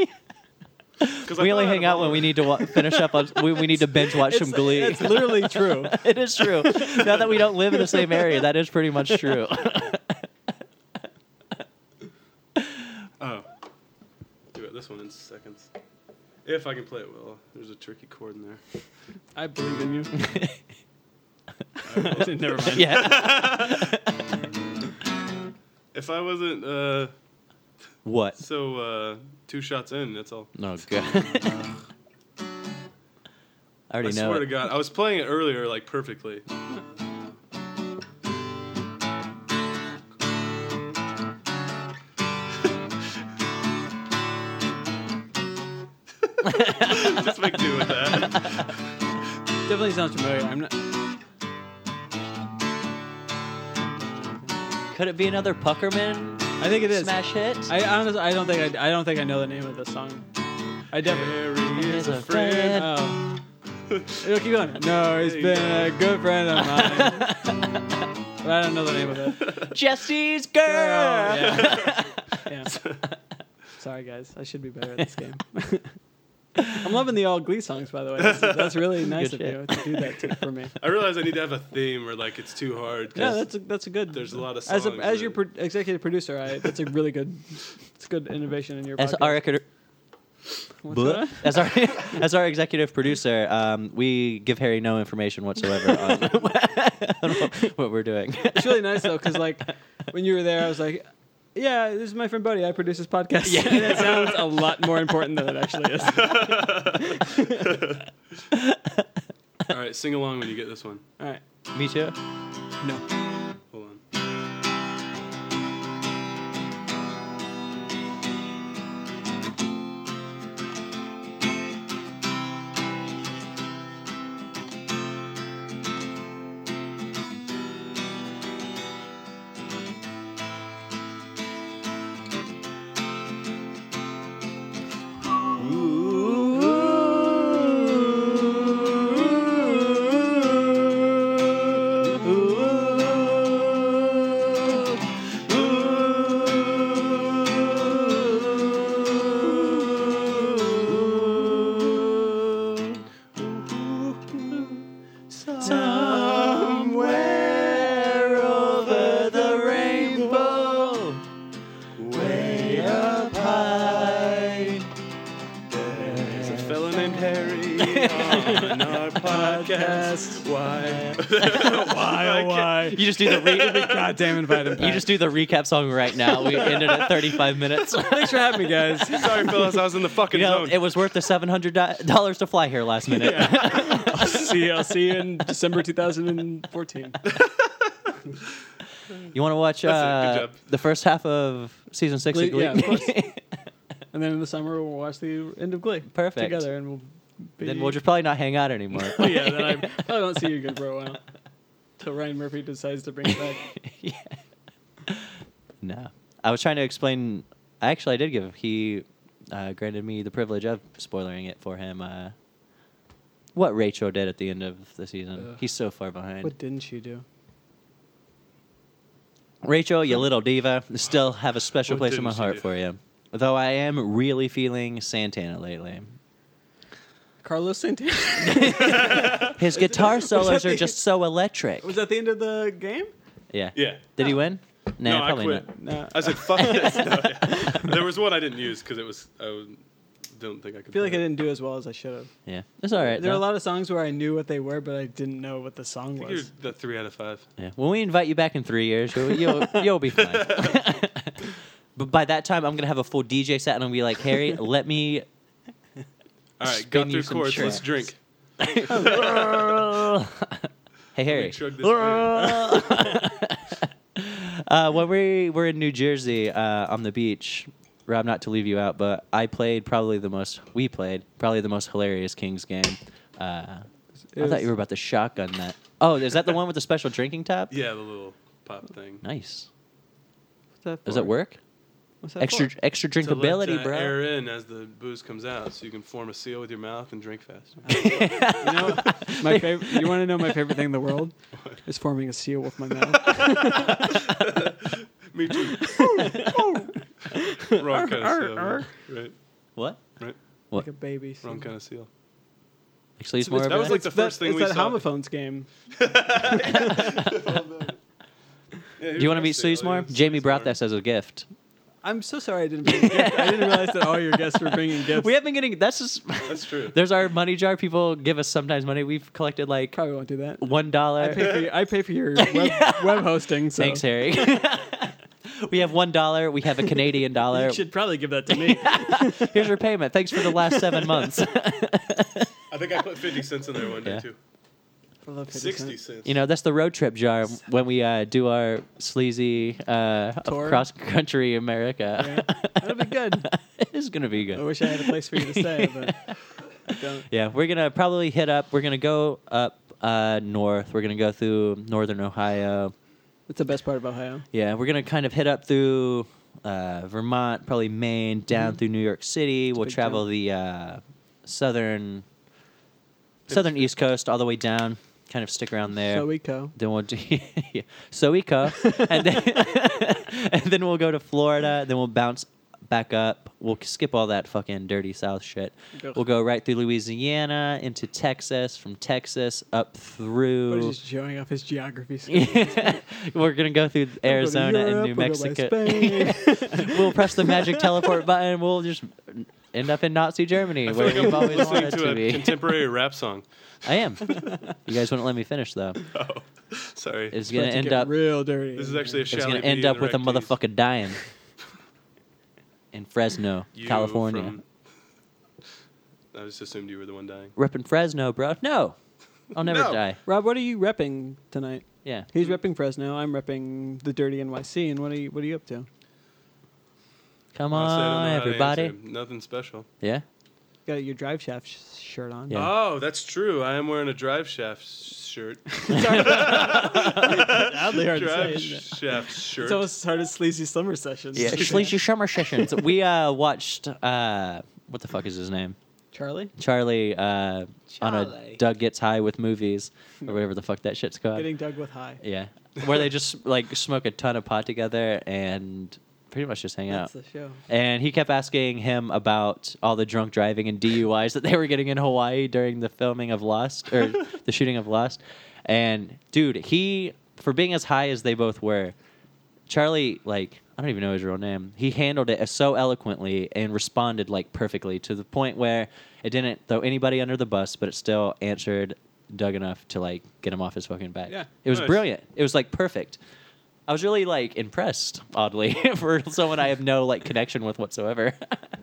'cause I thought We only I had hang a out when we need to wa- finish up. On, we, we need to binge watch some Glee. It's literally true. it is true. now that we don't live in the same area, that is pretty much true. Oh. Do it this one in seconds. If I can play it well. There's a tricky chord in there. I believe in you. I will. Never mind. yeah. if I wasn't uh, What? so uh, two shots in, that's all. No good. I already I know. swear it. to God, I was playing it earlier like perfectly. Just make do with that. Definitely sounds familiar. I'm not. Could it be another Puckerman I think it is. smash hit? I honestly, I don't think I, I don't think I know the name of this song. I definitely. Harry is a friend. friend. Oh. It'll keep going. No, he's There you been a good friend of mine. but I don't know the name of it. Jesse's girl. yeah. Yeah. Sorry, guys. I should be better at this game. I'm loving the all Glee songs, by the way. That's, that's really nice of Good you to do that to, for me. I realize I need to have a theme or like it's too hard. 'cause Yeah, that's a, that's a good. There's a lot of as a, songs as that- your pro- executive producer, I that's a really good. It's good innovation in your. As podcast. our record- What's Bleh. that? as our as our executive producer, um, we give Harry no information whatsoever on, on what, what we're doing. It's really nice though, because like when you were there, I was like, "Yeah, this is my friend Buddy. I produce this podcast." Yeah, and it sounds a lot more important than it actually is. All All right, sing along when you get this one. right, Me too. no, Hold on. Ooh, carry on our podcast. Why? Why, oh, why? You just do the re- Goddamn, invite him. you just do the recap song right now. We ended at 35 minutes. Thanks for having me, guys. Sorry, fellas, I was in the fucking You know, zone. it was worth the $700 to fly here last minute. I'll see. I'll see you in December 2014. You want to That's watch it. Good uh, job. the first half of season six of Glee- Glee? yeah, of course. And then in the summer, we'll watch the end of Glee. Perfect. Together, and we'll. Be... then we'll just probably not hang out anymore. Oh, yeah, then I probably won't see you again for a while. Till Ryan Murphy decides to bring it back. No. I was trying to explain. Actually, I did give he uh, granted me the privilege of spoilering it for him. Uh, what Rachel did at the end of the season. Ugh. He's so far behind. What didn't you do? Rachel, you little diva, still have a special What place in my didn't she heart do? for you. Though I am really feeling Santana lately. Carlos Santana. His guitar solos that are the- just so electric. Was that the end of the game? Yeah. yeah. Did he win? Nah, no, I probably quit. not. No. I said, "Fuck this." No, yeah. There was one I didn't use because it was. I was- don't think I could. I feel like I play it. didn't do as well as I should have. Yeah. It's all right. There are a though. lot of songs where I knew what they were, but I didn't know what the song I think was. you're the three out of five. Yeah. When we invite you back in three years, you'll you'll, you'll be fine. but by that time, I'm gonna have a full DJ set, and I'll be like, Harry, let me. All right, Spin got you through some chords. Let's tracks. drink. hey Harry. Shrug this beer. Uh, when we were in New Jersey uh, on the beach, Rob, not to leave you out, but I played probably the most. We played probably the most hilarious Kings game. Uh, It I was- thought you were about to shotgun that. Oh, is that the one with the special drinking top? Yeah, the little pop thing. Nice. What's that Does it for? work? What's that Extra for? extra To let, drinkability, uh, bro. Air in as the booze comes out, so you can form a seal with your mouth and drink faster. You know, my favorite. You want to know my favorite thing in the world? Is forming a seal with my mouth. Me too. Wrong kind of seal. man. Right, What? right. like a baby. seal. Wrong kind of seal. Actually, it's It's- more. That of was a- like the It's that- first thing it's we that saw. homophones game. Yeah, Do you want to meet Suze more? Jamie brought this as a gift. I'm so sorry I didn't bring a gift. I didn't realize that all your guests were bringing gifts. We have been getting. That's just. That's true. There's our money jar. People give us sometimes money. We've collected like probably won't do that. one I pay dollar. for, your- I pay for your web, web hosting. So. Thanks, Harry. we have one dollar. We have a Canadian dollar. You should probably give that to me. Here's your payment. Thanks for the last seven months. I think I put 50 cents in there one day, Yeah. too. I love 50 60 cent. cents. you know, that's the road trip jar when we uh, do our sleazy uh, Tour. cross country America. Yeah. That'll be good. it is gonna be good. I wish I had a place for you to stay, but I don't. Yeah, we're gonna probably hit up. We're gonna go up uh, north. We're gonna go through northern Ohio. That's the best part of Ohio. Yeah, we're gonna kind of hit up through uh, Vermont, probably Maine, down through New York City. we'll Mm-hmm. big travel town. the uh, southern southern East Coast all the way down. Kind of stick around there. So we go. then we'll do yeah. Soico, and then and then we'll go to Florida. Then we'll bounce back up. We'll skip all that fucking dirty South shit. Ugh. We'll go right through Louisiana into Texas, from Texas up We're through. just showing off his geography skills. We're gonna go through Arizona and New Mexico. we'll press the magic teleport button. We'll just end up in Nazi Germany, I feel where like we've I'm always listening wanted to to a be. contemporary rap song. I am. You guys wouldn't let me finish though. Oh, sorry. It's gonna end up. real dirty. this is actually a shout It's gonna end up with a motherfucker dying in Fresno, California. I just assumed you were the one dying. Repping Fresno, bro. No, I'll never No. die. Rob, what are you repping tonight? Yeah. He's repping Fresno. I'm repping the dirty NYC. And what are you? What are you up to? Come Honestly, I don't on, know how to everybody. answer. Nothing special. Yeah. Got your drive shaft sh- shirt on. Yeah. Oh, that's true. I am wearing a drive shaft shirt. Oddly hard to say. drive isn't it? shaft shirt. It's almost as hard as sleazy summer sessions. Yeah. Sleazy Summer Sessions. We uh, watched. Uh, what the fuck is his name? Charlie, Charlie, uh, on a Charlie. Doug gets high with movies or whatever the fuck that shit's called. getting dug with high. yeah, where they just like smoke a ton of pot together and pretty much just hang That's out. the show. And he kept asking him about all the drunk driving and DUIs that they were getting in Hawaii during the filming of Lost or the shooting of Lost. And dude, he for being as high as they both were, Charlie like I don't even know his real name. He handled it so eloquently and responded like perfectly to the point where it didn't throw anybody under the bus, but it still answered Doug enough to like get him off his fucking back. Yeah. it was Nice. brilliant. It was like perfect. I was really like impressed, oddly, for someone I have no like connection with whatsoever.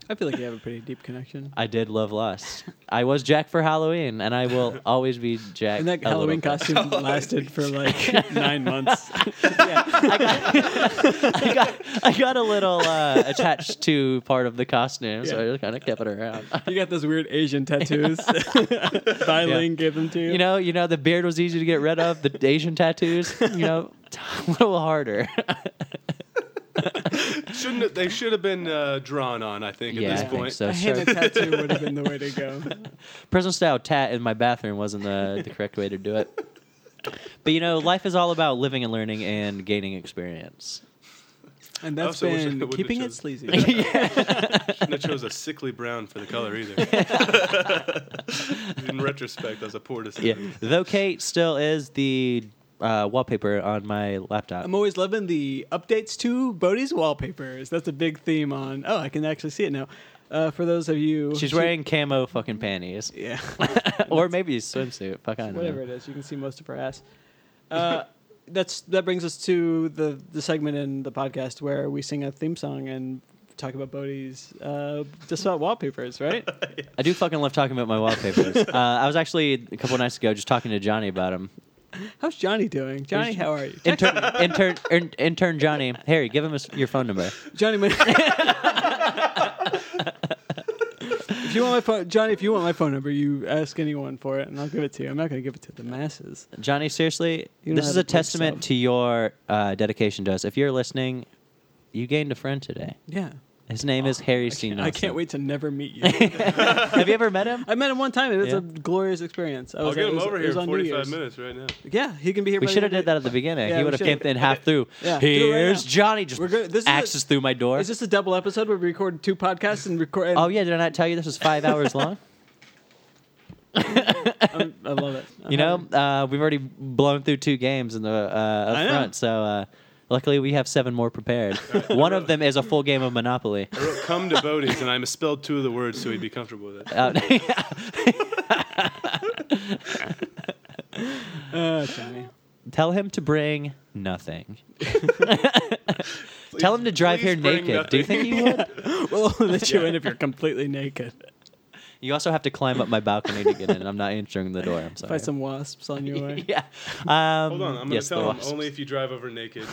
I feel like you have a pretty deep connection. I did love Lost. I was Jack for Halloween, and I will always be Jack. And that a little Halloween bit. costume lasted for like nine months. I got, I got a little uh, attached to part of the costume, so I Yeah. just kind of kept it around. You got those weird Asian tattoos. Thai Yeah. Ling gave them to you. You know, you know, the beard was easy to get rid of. The Asian tattoos, you know, a little harder. Shouldn't have- they should have been uh, drawn on? I think yeah, at this I point. think so. a henna Sure. tattoo would have been the way to go. Prison style tat in my bathroom wasn't the, the correct way to do it. But you know, life is all about living and learning and gaining experience. And that's also wish I been wouldn't have keeping it chosen- sleazy. Shouldn't have chose a sickly brown for the color either. In retrospect, that was a poor Yeah. decision. Though Kate still is the uh, wallpaper on my laptop. I'm always loving the updates to Bodhi's wallpapers. That's a big theme on. Oh, I can actually see it now. Uh, for those of you, She's she- wearing camo fucking panties. Yeah, or maybe a swimsuit. Fuck, I don't whatever know. it is, you can see most of her ass. Uh, that's that brings us to the the segment in the podcast where we sing a theme song and talk about Bodhi's uh, just about wallpapers, right? I do fucking love talking about my wallpapers. uh, I was actually a couple nights ago just talking to Johnny about them. How's Johnny doing? Johnny, how are you? Intern, intern, in, intern Johnny, Harry, give him his, your phone number. Johnny, my- if you want my phone, Johnny, if you want my phone number, you ask anyone for it, and I'll give it to you. I'm not going to give it to the masses. Johnny, seriously, You know this how is to a plug testament sub. to your uh, dedication to us. If you're listening, you gained a friend today. Yeah, His name is Harry C. Oh, I Nelson. can't wait to never meet you. Have you ever met him? I met him one time. and It was Yeah. a glorious experience. I I'll was get it him was- over it here was in on New 45 Year's. minutes right now. Yeah, he can be here. We by the should have end of did that at the beginning. Yeah, he we would have came should've. in half through. Yeah, do it right Here's now. Johnny. Just We're good. This is a- axes through my door. Is this a double episode where we record two podcasts and record? and- oh yeah, did I not tell you this was five hours long? I'm- um, I love it. I'm You know, having- uh, we've already blown through two games in the uh, up Uh-huh. I know. front, so uh, luckily we have seven more prepared. One of them is a full game of Monopoly. I wrote "come to Bodie's" and I misspelled two of the words, so he'd be comfortable with it. Uh, Uh, Johnny. tell him to bring nothing. tell him to drive please here bring naked. Do you think he would? We'll only let you in if you're completely naked. You also have to climb up my balcony to get in. I'm not answering the door. I'm sorry. Find some wasps on your way. yeah. Um, Hold on, I'm gonna yes, the tell him wasps. only if you drive over naked.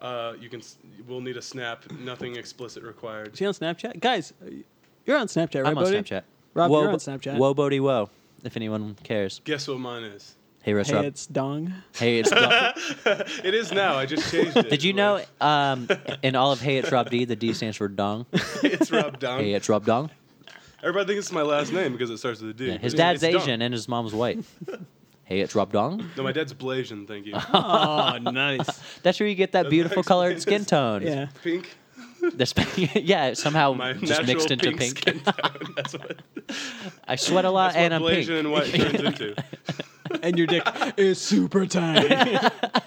Uh, you can. s- We'll need a snap. Nothing explicit required. Is he on Snapchat? Guys, you're on Snapchat, right, I'm on buddy? Snapchat. Rob, whoa, you're on bo- Snapchat. Whoa, Bodie, whoa. If anyone cares. Guess what mine is. Hey, Russ Hey, Rob. it's Dong. hey, it's Doc. It is now. I just changed it. Did you know um, in all of Hey It's Rob D, the D stands for Dong? it's Rob Down? Hey It's Rob Dong. Everybody thinks it's my last name because it starts with a D. Yeah, his It's- dad's it's Dong. Asian and his mom's white. Hey It's Rob Dong. No, my dad's Blasian. Thank you. Oh, nice. That's where you get that beautiful colored skin tone. yeah. Pink. That's- yeah, it somehow My just natural mixed into pink. pink. skin tone. That's what. I sweat a lot That's and what I'm Blasian pink. and white turns into. And your dick is super tiny. I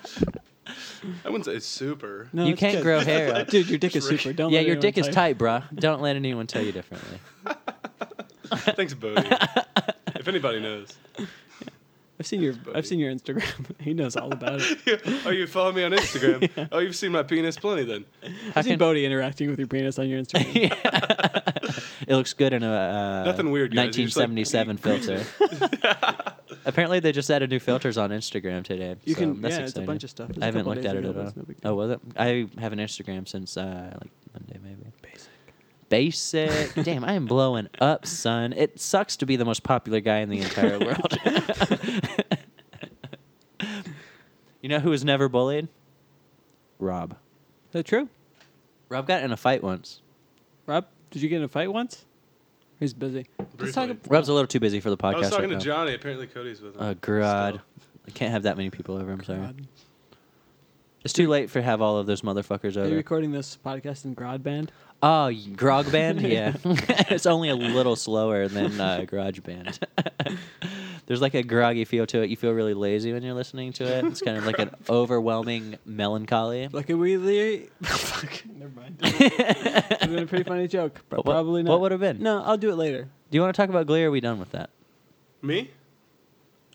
wouldn't say it's super. No, You it's can't good. grow hair out. Dude, your dick is super. Don't yeah, let your anyone dick is tell you. tight, bruh. Don't let anyone tell you differently. Thanks, Bodie. if anybody knows. I've seen your I've seen your Instagram. he knows all about it. oh, you follow me on Instagram. Oh, you've seen my penis plenty then. How I've seen can- Bodhi interacting with your penis on your Instagram. It looks good in a uh, Nothing weird, guys. You just, like, 1977 filter. Apparently, they just added new filters on Instagram today. You so can- that's yeah, exciting. it's a bunch of stuff. It's a I haven't couple looked days at it ago, at but all. it's no big oh, was it? I have an Instagram since uh, like Monday, maybe. Basic. Basic. Damn, I am blowing up, son. It sucks to be the most popular guy in the entire world. you know who was never bullied? Rob. Is that true? Rob got in a fight once. Rob, did you get in a fight once? He's busy. Briefly. Rob's a little too busy for the podcast I was talking right to now. Johnny. Apparently, Cody's with him. Oh God, Still. I can't have that many people over. Oh, I'm sorry. It's too late for have all of those motherfuckers Are you over. recording this podcast in GarageBand? Oh, y- Grog Band, yeah. it's only a little slower than uh, Garage Band. There's like a groggy feel to it. You feel really lazy when you're listening to it. It's kind of like an overwhelming melancholy. Like a really. Fuck. Never mind. It's been a pretty funny joke, but But what- probably not. what would've been? No, I'll do it later. Do you want to talk about Glee? Or are we done with that? Me?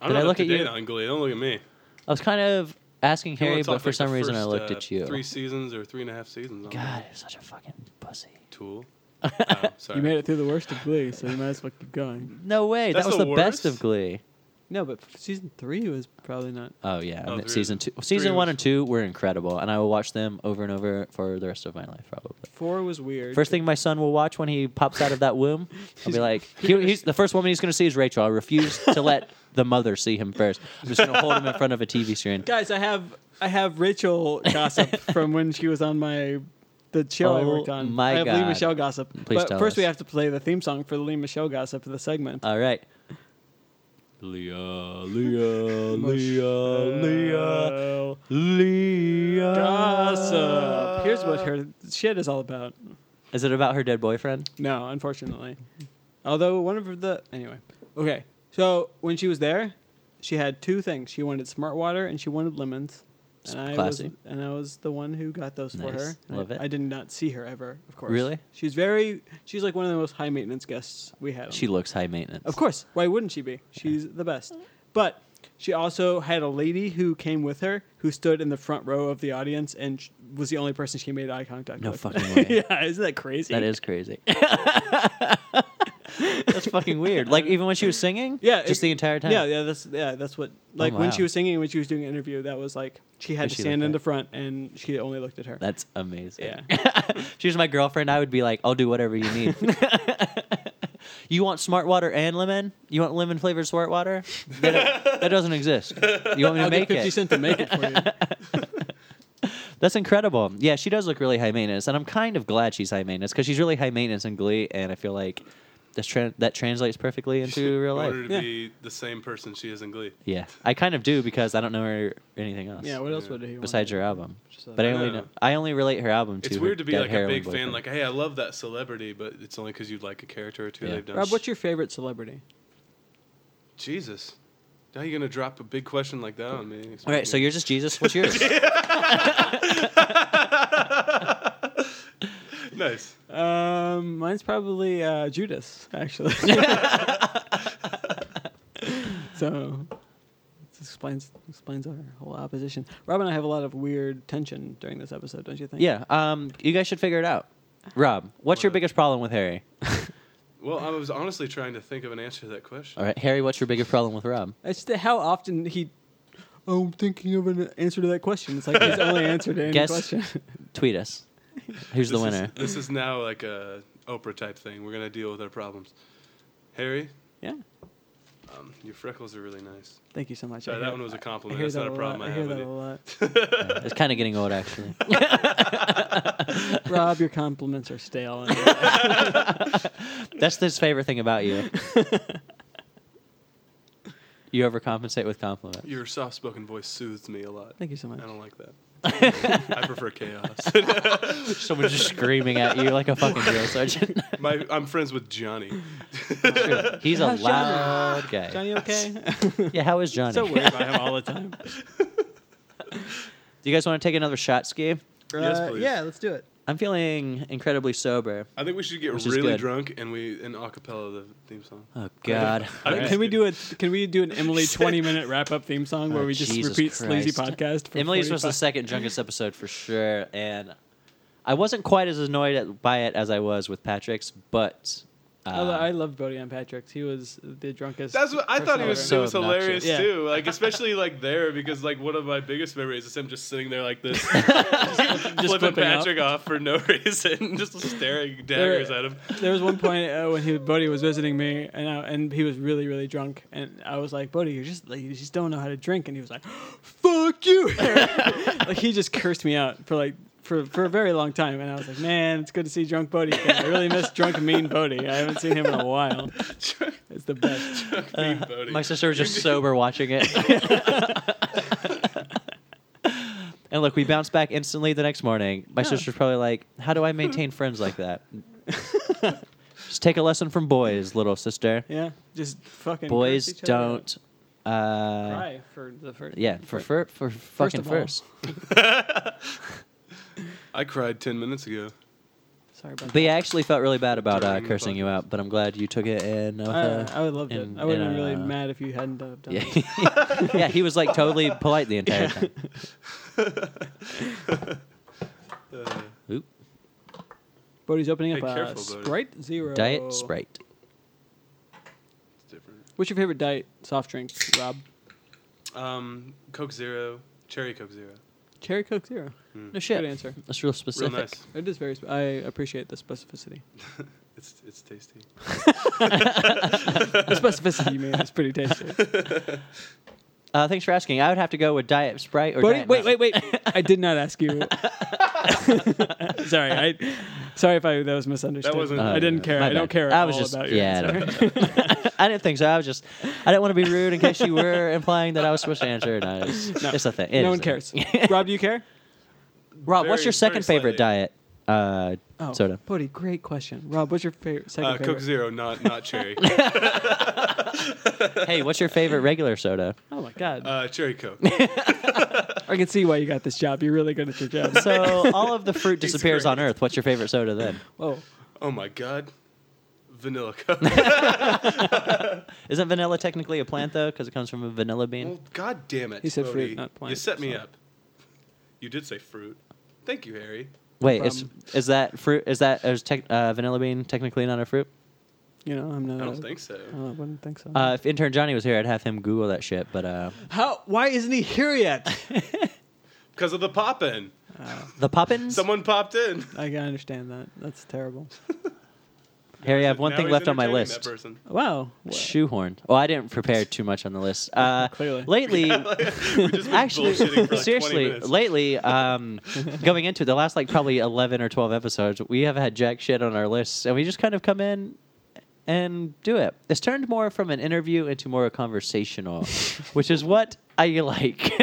I'm Did not I up look to at you? date on Glee. Don't look at me. I was kind of I asking wanna Harry, talk but for like the some reason I first, looked uh, at you. Three seasons or three and a half seasons. on God, you're such a fucking pussy. Tool. Oh, sorry. You made it through the worst of Glee, so you might as well keep going. No way. That's that was the the, best worst? of Glee. No, but f- season three was probably not. Oh yeah, No, and three season was- two, three season one was- and two were incredible, and I will watch them over and over for the rest of my life probably. Four was weird. First thing my son will watch when he pops out of that womb, I'll be like, he, he's the first woman he's going to see is Rachel. I refuse to let the mother see him first. I'm just going to hold him in front of a TV screen. guys, I have I have Rachel gossip from when she was on my the show I Oh worked on. my I have Lee God. Michelle gossip. Please but tell first we us. Uh, have to play the theme song for the Lee Michelle gossip for the segment. All right. Leah, Leah, Leah, Leah. gossip. Here's what her shit is all about. Is it about her dead boyfriend? No, unfortunately. Although one of the anyway. Okay. So when she was there, she had two things. She wanted smart water and she wanted lemons. And I Classy. was and I was the one who got those for her. Nice. Love I, it. I did not see her ever, of course. Really? She's very she's like one of the most high maintenance guests we had. on She looks high maintenance. of course. Why wouldn't she be? She's the best. But she also had a lady who came with her who stood in the front row of the audience and sh- was the only person she made eye contact No with. fucking way. yeah, isn't that crazy? That is crazy. That's fucking weird. Like even when she was singing, Yeah, just it- the entire time. Oh Yeah, yeah, that's yeah, that's what. Like when she wow. was singing, and when she was doing an interview, that was like she had And to she stand looked in the at- front, and she only looked at her. That's amazing. yeah, she was my girlfriend. I would be like, I'll do whatever you need. you want smart water and lemon? You want lemon flavored smart water? That, that doesn't exist. You want me to I'll make get fifty it? cent to make it for you. That's incredible. Yeah, she does look really high maintenance, and I'm kind of glad she's high maintenance because she's really high maintenance in Glee, and I feel like that's tran that translates perfectly into real I life. want her to Yeah. be the same person she is in Glee. Yeah, I kind of do because I don't know her anything else. Yeah, what else would he? want? besides her album. Just, uh, But I I only know. know. I only relate her album to. It's her weird to be dead like a heroin big fan, boyfriend. like, hey, I love that celebrity, but it's only because you like a character or two Yeah. they've done. Rob, what's your favorite celebrity? Jesus. How you gonna drop a big question like that on me? All right, so yours is Jesus. What's yours? nice. Um, mine's probably uh, Judas, actually. so. this Explains explains our whole opposition. Rob and I have a lot of weird tension during this episode, don't you think? yeah. Um, you guys should figure it out. Rob, what's your What? biggest problem with Harry? Well, I was honestly trying to think of an answer to that question. All right, Harry, what's your biggest problem with Rob? It's the, how often he. Oh, I'm thinking of an answer to that question. It's like he's only answered any Guess. question. Tweet us. Who's the This is- winner? this is now like a Oprah type thing. We're gonna deal with our problems. Harry, yeah. um, your freckles are really nice. Thank you so much. I Sorry, that hear- one was a I- I compliment. hear That's not that a problem lot. I hear have with that you. a lot. Uh, it's kind of getting old, actually. Rob, your compliments are stale. and- That's his favorite thing about you. you overcompensate with compliments. Your soft-spoken voice soothes me a lot. Thank you so I much. don't like that. I prefer chaos. Someone's just screaming at you like a fucking drill sergeant. My, I'm friends with Johnny. He's a How's Johnny? loud guy. Johnny, okay? Yeah, how is Johnny? so worried about him all the time. Do you guys want to take another shot, Ski? Yes, Uh, please. yeah, let's do it. I'm feeling incredibly sober. I think we should get Which is really good. drunk and we and acapella the theme song. Oh God. I think Can we do a Can we do an Emily twenty minute wrap up theme song where Oh, we just Jesus repeat sleazy Christ. podcast? For Emily's was the 45 second drunkest episode for sure, and I wasn't quite as annoyed at, by it as I was with Patrick's, but uh, I, lo- I loved Bodie on Patrick. He was the drunkest. That's what I thought. person It I've was ever- So it was hilarious obnoxious. Yeah. too. Like especially like there because like one of my biggest memories is him just sitting there like this, flipping, flipping up. Patrick off for no reason, just Uh, staring daggers at him. There was one point uh, when he, Bodhi was visiting me, and I, and he was really really drunk, and I was like, Bodhi, you just like, you just don't know how to drink, and he was like, Fuck you! like he just cursed me out for like for for a very long time, and I was like, Man, it's good to see drunk Bodhi. Again. I really miss drunk mean Bodhi. I haven't seen him in a while. It's the best. Mean Bodhi. uh, my sister was just sober watching it. and look, we bounced back instantly the next morning. My sister's probably like, "How do I maintain friends like that?" just take a lesson from boys, little sister. Yeah, just fucking curse Boys each other out. don't Uh, Cry for the first. Yeah, for for, for First fucking of all. first. I cried ten minutes ago. Sorry about But yeah, I actually felt really bad about uh, During the cursing you out, but I'm glad you took it in. With, that. uh, I, I would love it. in- I would have in, been really uh, mad if you hadn't done done Yeah. it. yeah, he was like totally polite the entire time. Uh, Oop, Bodhi's opening Be up a careful, Bodhi. Sprite Zero. Diet Sprite. It's different. What's your favorite diet soft drink, Rob? Um, Coke Zero, Cherry Coke Zero. Cherry Coke Zero. No Good shit. answer. That's real Real specific. nice. It is very. Sp- I appreciate the specificity. It's it's tasty. the specificity, man, is pretty tasty. Uh, thanks for asking. I would have to go with Diet Sprite or Bodhi, Diet wait, Mountain. wait, wait! I did not ask you. sorry, I. Sorry if I that was misunderstood. wasn't- I didn't Uh, care. my I don't bad. care. At I was all just about you. yeah. I, don't- I didn't think so. I was just I didn't want to be rude in case you were implying that I was supposed to answer. No, it's, No. it's a thing. It No is one a cares. thing. Rob, do you care? Rob, what's Very- your second very favorite slightly. diet uh, Oh, soda? Bodhi, great question. Rob, what's your favorite second Uh, favorite? Coke Zero, not not Cherry. Hey, what's your favorite regular soda? Oh my God! Uh, cherry Coke. I can see why you got this job. You're really good at your job. So all of the fruit He's disappears on great. Earth. What's your favorite soda then? Whoa. Oh my God, Vanilla Coke. Isn't vanilla technically a plant though, because it comes from a vanilla bean? well, God damn it. He said fruit, Bodhi. not plant, You set me so. up. You did say fruit. Thank you, Harry. Wait, is is that fruit? Is that is tec- uh, vanilla bean technically not a fruit? You know, I'm not. I don't think so. I wouldn't think so. Uh, if intern Johnny was here, I'd have him Google that shit. But uh, How? Why isn't he here yet? Because of the pop in. the poppins. Someone popped in. I can understand that. That's terrible. Harry, I have one Now thing he's left on my entertaining list. That person. Wow. Shoehorn. Well, I didn't prepare too much on the list. Uh, Clearly. lately, We've just been actually, bullshitting for like 20 seriously, minutes. lately, um, going into the last like probably eleven or twelve episodes, we have had jack shit on our lists, and we just kind of come in and do it. It's turned more from an interview into more a conversational, which is what I like.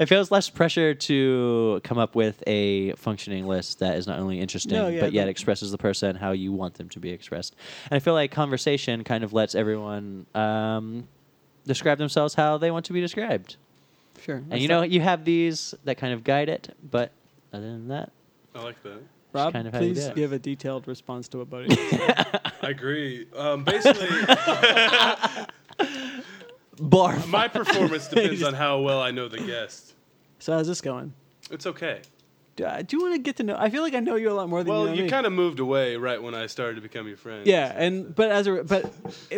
it feels less pressure to come up with a functioning list that is not only interesting No, yeah, but yet the- expresses the person how you want them to be expressed. And I feel like conversation kind of lets everyone um, describe themselves how they want to be described. Sure. and you know, you have these that kind of guide it, but other than that, I like that. Rob, kind of how you please do it. give a detailed response to what Bodhi. said. I agree. Um, basically, barf. my performance depends on how well I know the guest. so how's this going? It's okay. Do, I do you want to get to know? I feel like I know you a lot more than you. Well, know you me. kind of moved away right when I started to become your friend. Yeah, and but as a but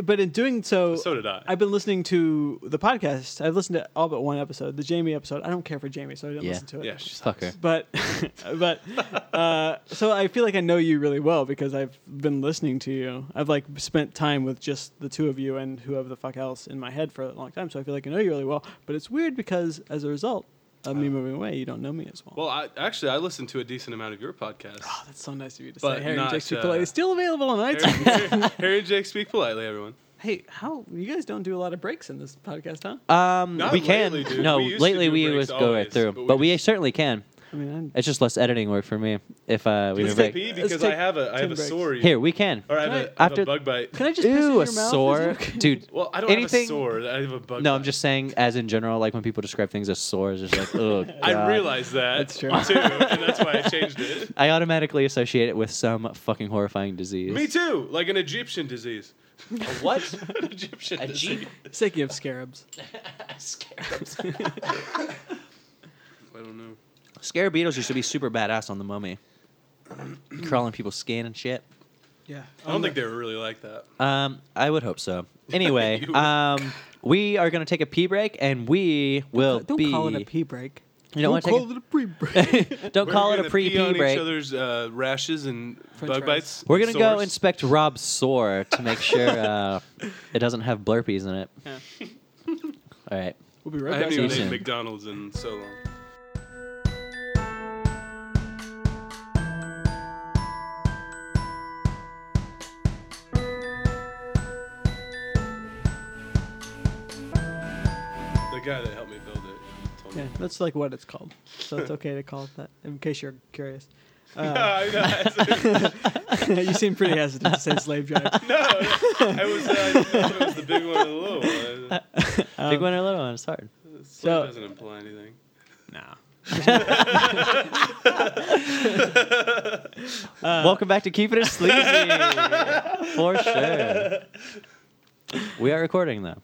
but in doing so, So did I. I've been listening to the podcast. I've listened to all but one episode, the Jamie episode. I don't care for Jamie, so I didn't Yeah. listen to it. Yeah, she's Fucker. but but uh, so I feel like I know you really well because I've been listening to you. I've like spent time with just the two of you and whoever the fuck else in my head for a long time. So I feel like I know you really well. But it's weird because as a result of me moving away, you don't know me as well. Uh, Well, I, actually, I listened to a decent amount of your podcast. Oh, that's so nice of you to But say. Harry not, and Jake's uh, Chick-fil-A is still available on iTunes. Harry, Harry and Jake speak politely, everyone. hey, how you guys don't do a lot of breaks in this podcast, huh? Um, Not we can. lately, dude. no, We used to lately do we breaks always go right always, through, but we but we certainly can. I mean, I, It's just less editing work for me if uh, we Let's do take break. pee Let's because take I have a I ten have a breaks. sore. Here, we can. Or I have, a, Can I- I have after- a bug bite. can I just piss in Ew, your a mouth? Is it sore, okay? dude. Well, I don't anything, have a sword. I have a bug. No, bite. I'm just saying, as in general, like when people describe things as sores, it's like, oh, I God. realized that That's true. too, and that's why I changed it. I automatically associate it with some fucking horrifying disease. Me too, like an Egyptian disease. What? An Egyptian A disease. jeep? Sicky of scarabs. I don't know. Scare beetles used to be super badass on the mummy, crawling people's skin and shit. Yeah. I don't think they were really like that. Um, I would hope so. Anyway, You would. um, we are gonna take a pee break, and we will Don't be. call it a pee break. You don't want to take. it a pee break. A, don't We're call it a gonna pre pee pee on break. each other's uh, rashes and French bug fries. bites. We're gonna go sores. inspect Rob's sore to make sure uh, it doesn't have blurpees in it. Yeah. All right. we'll be I right haven't back. even soon. ate McDonald's in so long. The guy that helped me build it told me. Yeah, that's like what it's called. So it's okay to call it that, in case you're curious. I know, it's- you seem pretty hesitant to say slave drive. no, I was, uh, I didn't know if it was the big one or the little one. Big one or little one, it's hard. So- Slim doesn't imply anything. No. uh, Welcome back to Keeping It Sleazy. For sure. We are recording though.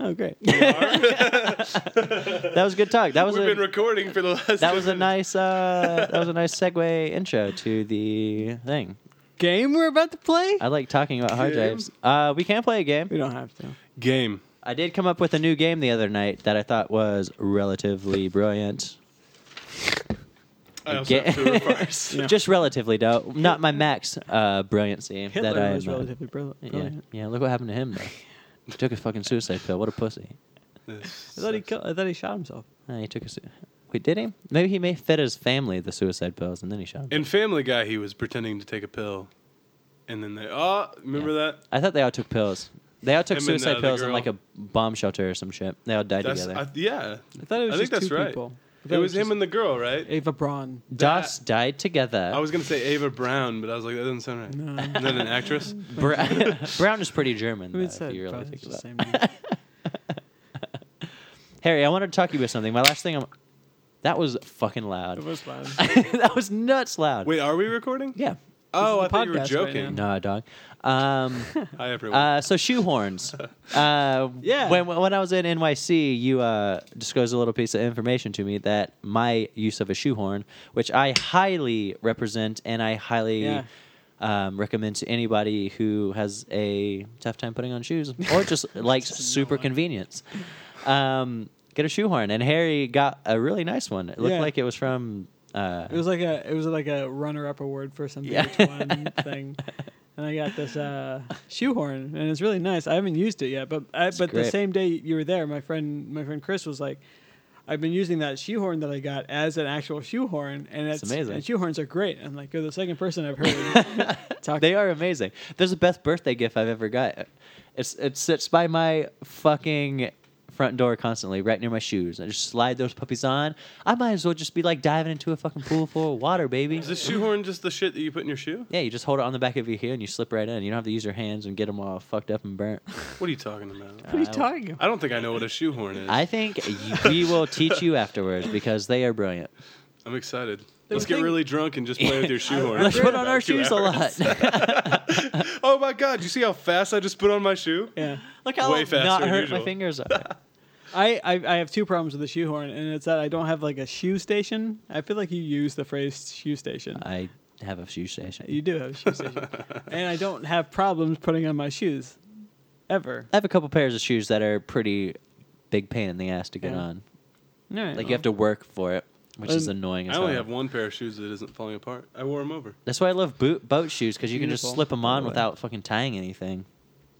Oh, great. That was good talk. That was We've a, been recording for the last. that was a 10 nice uh, that was a nice segue intro to the thing. Game we're about to play? I like talking about hard Game? drives. Uh, we can play a game. We don't have to. game. I did come up with a new game the other night that I thought was relatively brilliant. I also have Ga- to reverse. Yeah. Just relatively, though. Not my max uh, brilliancy Hitler that I was am, uh, relatively brilliant. yeah, yeah, look what happened to him, though. he took a fucking suicide pill. What a pussy. This I, thought he sucks. killed, I thought he shot himself. Uh, he took a. Su- Wait, did he? Maybe he may fed his family the suicide pills and then he shot him. In Family Guy, he was pretending to take a pill, and then they oh, remember Yeah. that? I thought they all took pills. They all took Him and, suicide uh, the pills in girl. like a bomb shelter or some shit. They all died That's together. I, yeah. I thought it was I think just that's two right. people. I thought It was him just and the girl, right? Ava Braun. Dos died together. I was gonna say Ava Brown, but I was like, that doesn't sound right. No. Isn't that an actress? Bra- Brown is pretty German, Who though, would if say you really Braun's think the about it. same name? Harry, I wanted to talk to you about something. My last thing, I'm. That was fucking loud. It was loud. that was nuts loud. Wait, are we recording? Yeah. Oh, I This is a thought you were podcast right joking. Nah, dog. Um, Hi everyone. uh, so shoehorns. Uh, Yeah. When when I was in NYC, you uh, disclosed a little piece of information to me that my use of a shoehorn, which I highly represent and I highly. Yeah. Um, recommend to anybody who has a tough time putting on shoes or just likes super convenience. Um, get a shoehorn, and Harry got a really nice one. It looked Yeah. like it was from uh, It was like a it was like a runner up award for some Yeah. VH1 thing. And I got this uh, shoehorn, and it's really nice. I haven't used it yet, but I, but the great. same day you were there, my friend my friend Chris was like, "I've been using that shoehorn that I got as an actual shoehorn, and it's, amazing. And shoehorns are great." I'm like, "You're the second person I've heard talk." They are amazing. There's the best birthday gift I've ever got. It's it sits by my fucking front door constantly, right near my shoes. I just slide those puppies on. I might as well just be like diving into a fucking pool full of water, baby. is the shoehorn just the shit that you put in your shoe? Yeah, you just hold it on the back of your heel and you slip right in. You don't have to use your hands and get them all fucked up and burnt. What are you talking about? What are you talking about? I don't think I know what a shoehorn is. I think y- we will teach you afterwards because they are brilliant. I'm excited. Let's The get thing- really drunk and just play with your shoehorn. Let's for put on about our two shoes hours. a lot. oh my god! You see how fast I just put on my shoe? Yeah, Look how Way faster not than hurt my usual. fingers are. I, I I have two problems with the shoehorn, and it's that I don't have like a shoe station. I feel like you use the phrase shoe station. I have a shoe station. You do have a shoe station. and I don't have problems putting on my shoes ever. I have a couple pairs of shoes that are pretty big pain in the ass to get Yeah. on. No, Like you have to work for it, which is Um, annoying. As I only hell. have one pair of shoes that isn't falling apart. I wore them over. That's why I love boot boat shoes because you can just Beautiful. slip them on By the way. without fucking tying anything.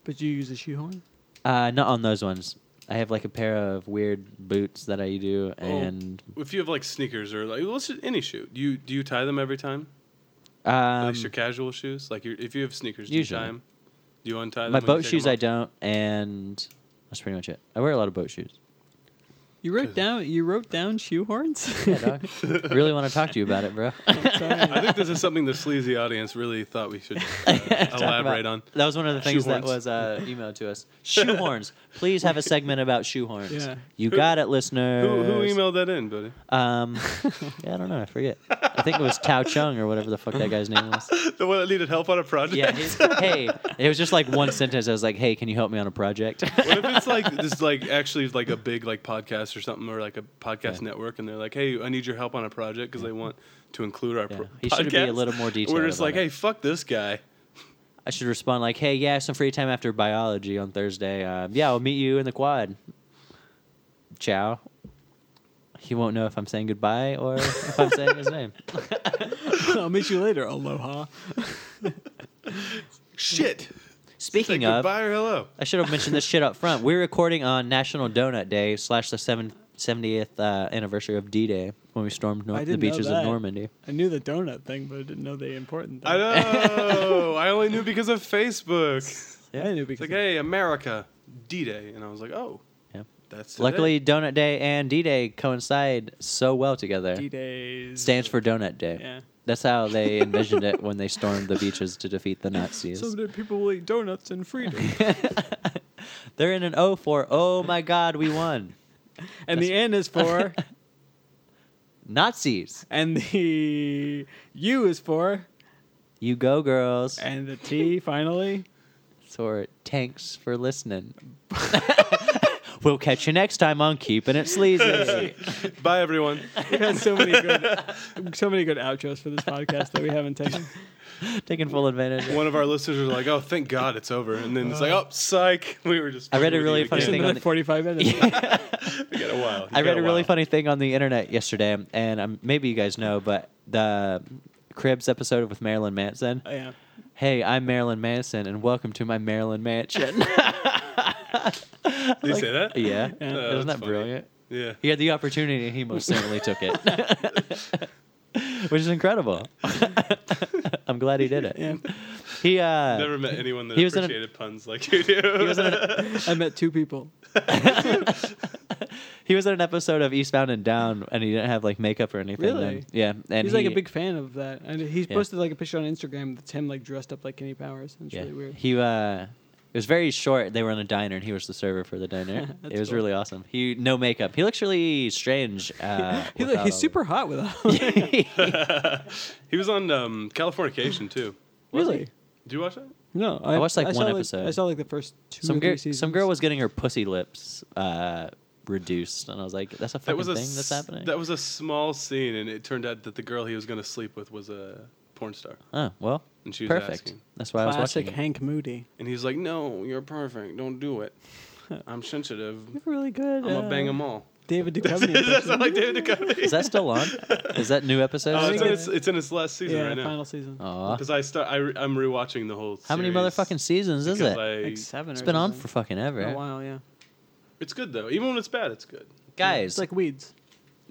But you use a shoehorn? Uh, not on those ones. I have like a pair of weird boots that I do, Oh. and if you have like sneakers or like well, it's just any shoe, do you do you tie them every time? At um, least your casual shoes. Like your, if you have sneakers, do you usually. tie them? Do you untie them? my when you boat take shoes them I off? don't, and that's pretty much it. I wear a lot of boat shoes. You wrote Cause- down you wrote down shoehorns? Yeah, dog. really want to talk to you about it, bro. I think this is something the sleazy audience really thought we should uh, Talk about- elaborate on. That was one of the things that Shoehorns. was uh, emailed to us. Shoehorns. Please have a segment about shoehorns. Yeah. You Who- got it, listeners. Who, who emailed that in, buddy? Um, yeah, I don't know. I forget. I think it was Tao Chung or whatever the fuck that guy's name was. The one that needed help on a project. Yeah. he's- hey, it was just like one sentence. I was like, "Hey, can you help me on a project?" what if it's like this, like actually like a big like podcast or something, or like a podcast Yeah. network, and they're like, "Hey, I need your help on a project because they want to include our Yeah. pro- He should be a podcast." little more detailed We're just about like, it. "Hey, fuck this guy." I should respond like, "Hey, yeah, some free time after biology on Thursday. Um, yeah, I'll meet you in the quad. Ciao." He won't know if I'm saying goodbye or if I'm saying his name. I'll meet you later, aloha. Shit. Say Speaking of, goodbye or hello. I should have mentioned this shit up front. We're recording on National Donut Day slash the seven- 70th uh, anniversary of D-Day when we stormed nor- I the didn't know beaches of that. Normandy. I knew the donut thing, but I didn't know the important thing. I know. I only knew because of Facebook. It's I knew because like, hey, America, D Day. And I was like, oh, Yeah. that's. today. Luckily, Donut Day and D-Day coincide so well together. D days Stands for Donut Day. Yeah. That's how they envisioned it when they stormed the beaches to defeat the Nazis. Someday people will eat donuts in freedom. They're in an O for oh my god, we won. and the N is for, Nazis. and the U is for, You go girls. and the T finally. So tanks for listening. we'll catch you next time on Keeping It Sleazy. Bye, everyone. We've had so many good, so many good outros for this podcast that we haven't taken. Taking full advantage. of- One of our listeners was like, "Oh, thank God, it's over," and then it's like, "Oh, psych." We were just. I read a really reading funny again. thing on Another the- forty-five minutes. We got a while. I You read got a really while. funny thing on the internet yesterday, and um, maybe you guys know, but the Cribs episode with Marilyn Manson. Yeah. Hey, I'm Marilyn Manson, and welcome to my Marilyn mansion. Did you say that? yeah, Oh, isn't that's that funny. brilliant? Yeah. He had the opportunity, and he most certainly took it, which is incredible. I'm glad he did it. Yeah. He uh, Never met anyone that He was in a- appreciated puns like you do. he was in an, I met two people. he was in an episode of Eastbound and Down, and he didn't have like makeup or anything. Really? and- yeah, and he's like a he- big fan of that, and he's Yeah. posted like a picture on Instagram that's him like dressed up like Kenny Powers. And it's Yeah, really weird. he uh, it was very short. They were in a diner, and he was the server for the diner. That's it was cool. really awesome. He no makeup. He looks really strange. Uh, He's, without like, he's all the- super hot with all. He was on um, Californication too. really? Did you watch that? No, I watched, like, saw, one episode. I saw like the first two. some or three girl, seasons. some girl was getting her pussy lips uh, reduced, and I was like, "That's a fucking That was a thing that's s- happening." That was a small scene, and it turned out that the girl he was going to sleep with was a porn star, oh well, and she was perfect. asking. That's why I was classic watching. it. Hank Moody. And he's like, "No, you're perfect. Don't do it. I'm sensitive. Really good. Uh, I'm gonna bang them all." David That's Duchovny. not like David Duchovny. Is that still on? Is that new episode? Oh, I it's, think in it- its, it's in its last season yeah, right now. final season. Aw. Because I start, I, re- I'm rewatching the whole. How many series motherfucking seasons is because it? I- like seven. It's or been on something. for fucking ever. a while. Yeah. it's good though. Even when it's bad, it's good. Guys, It's like weeds.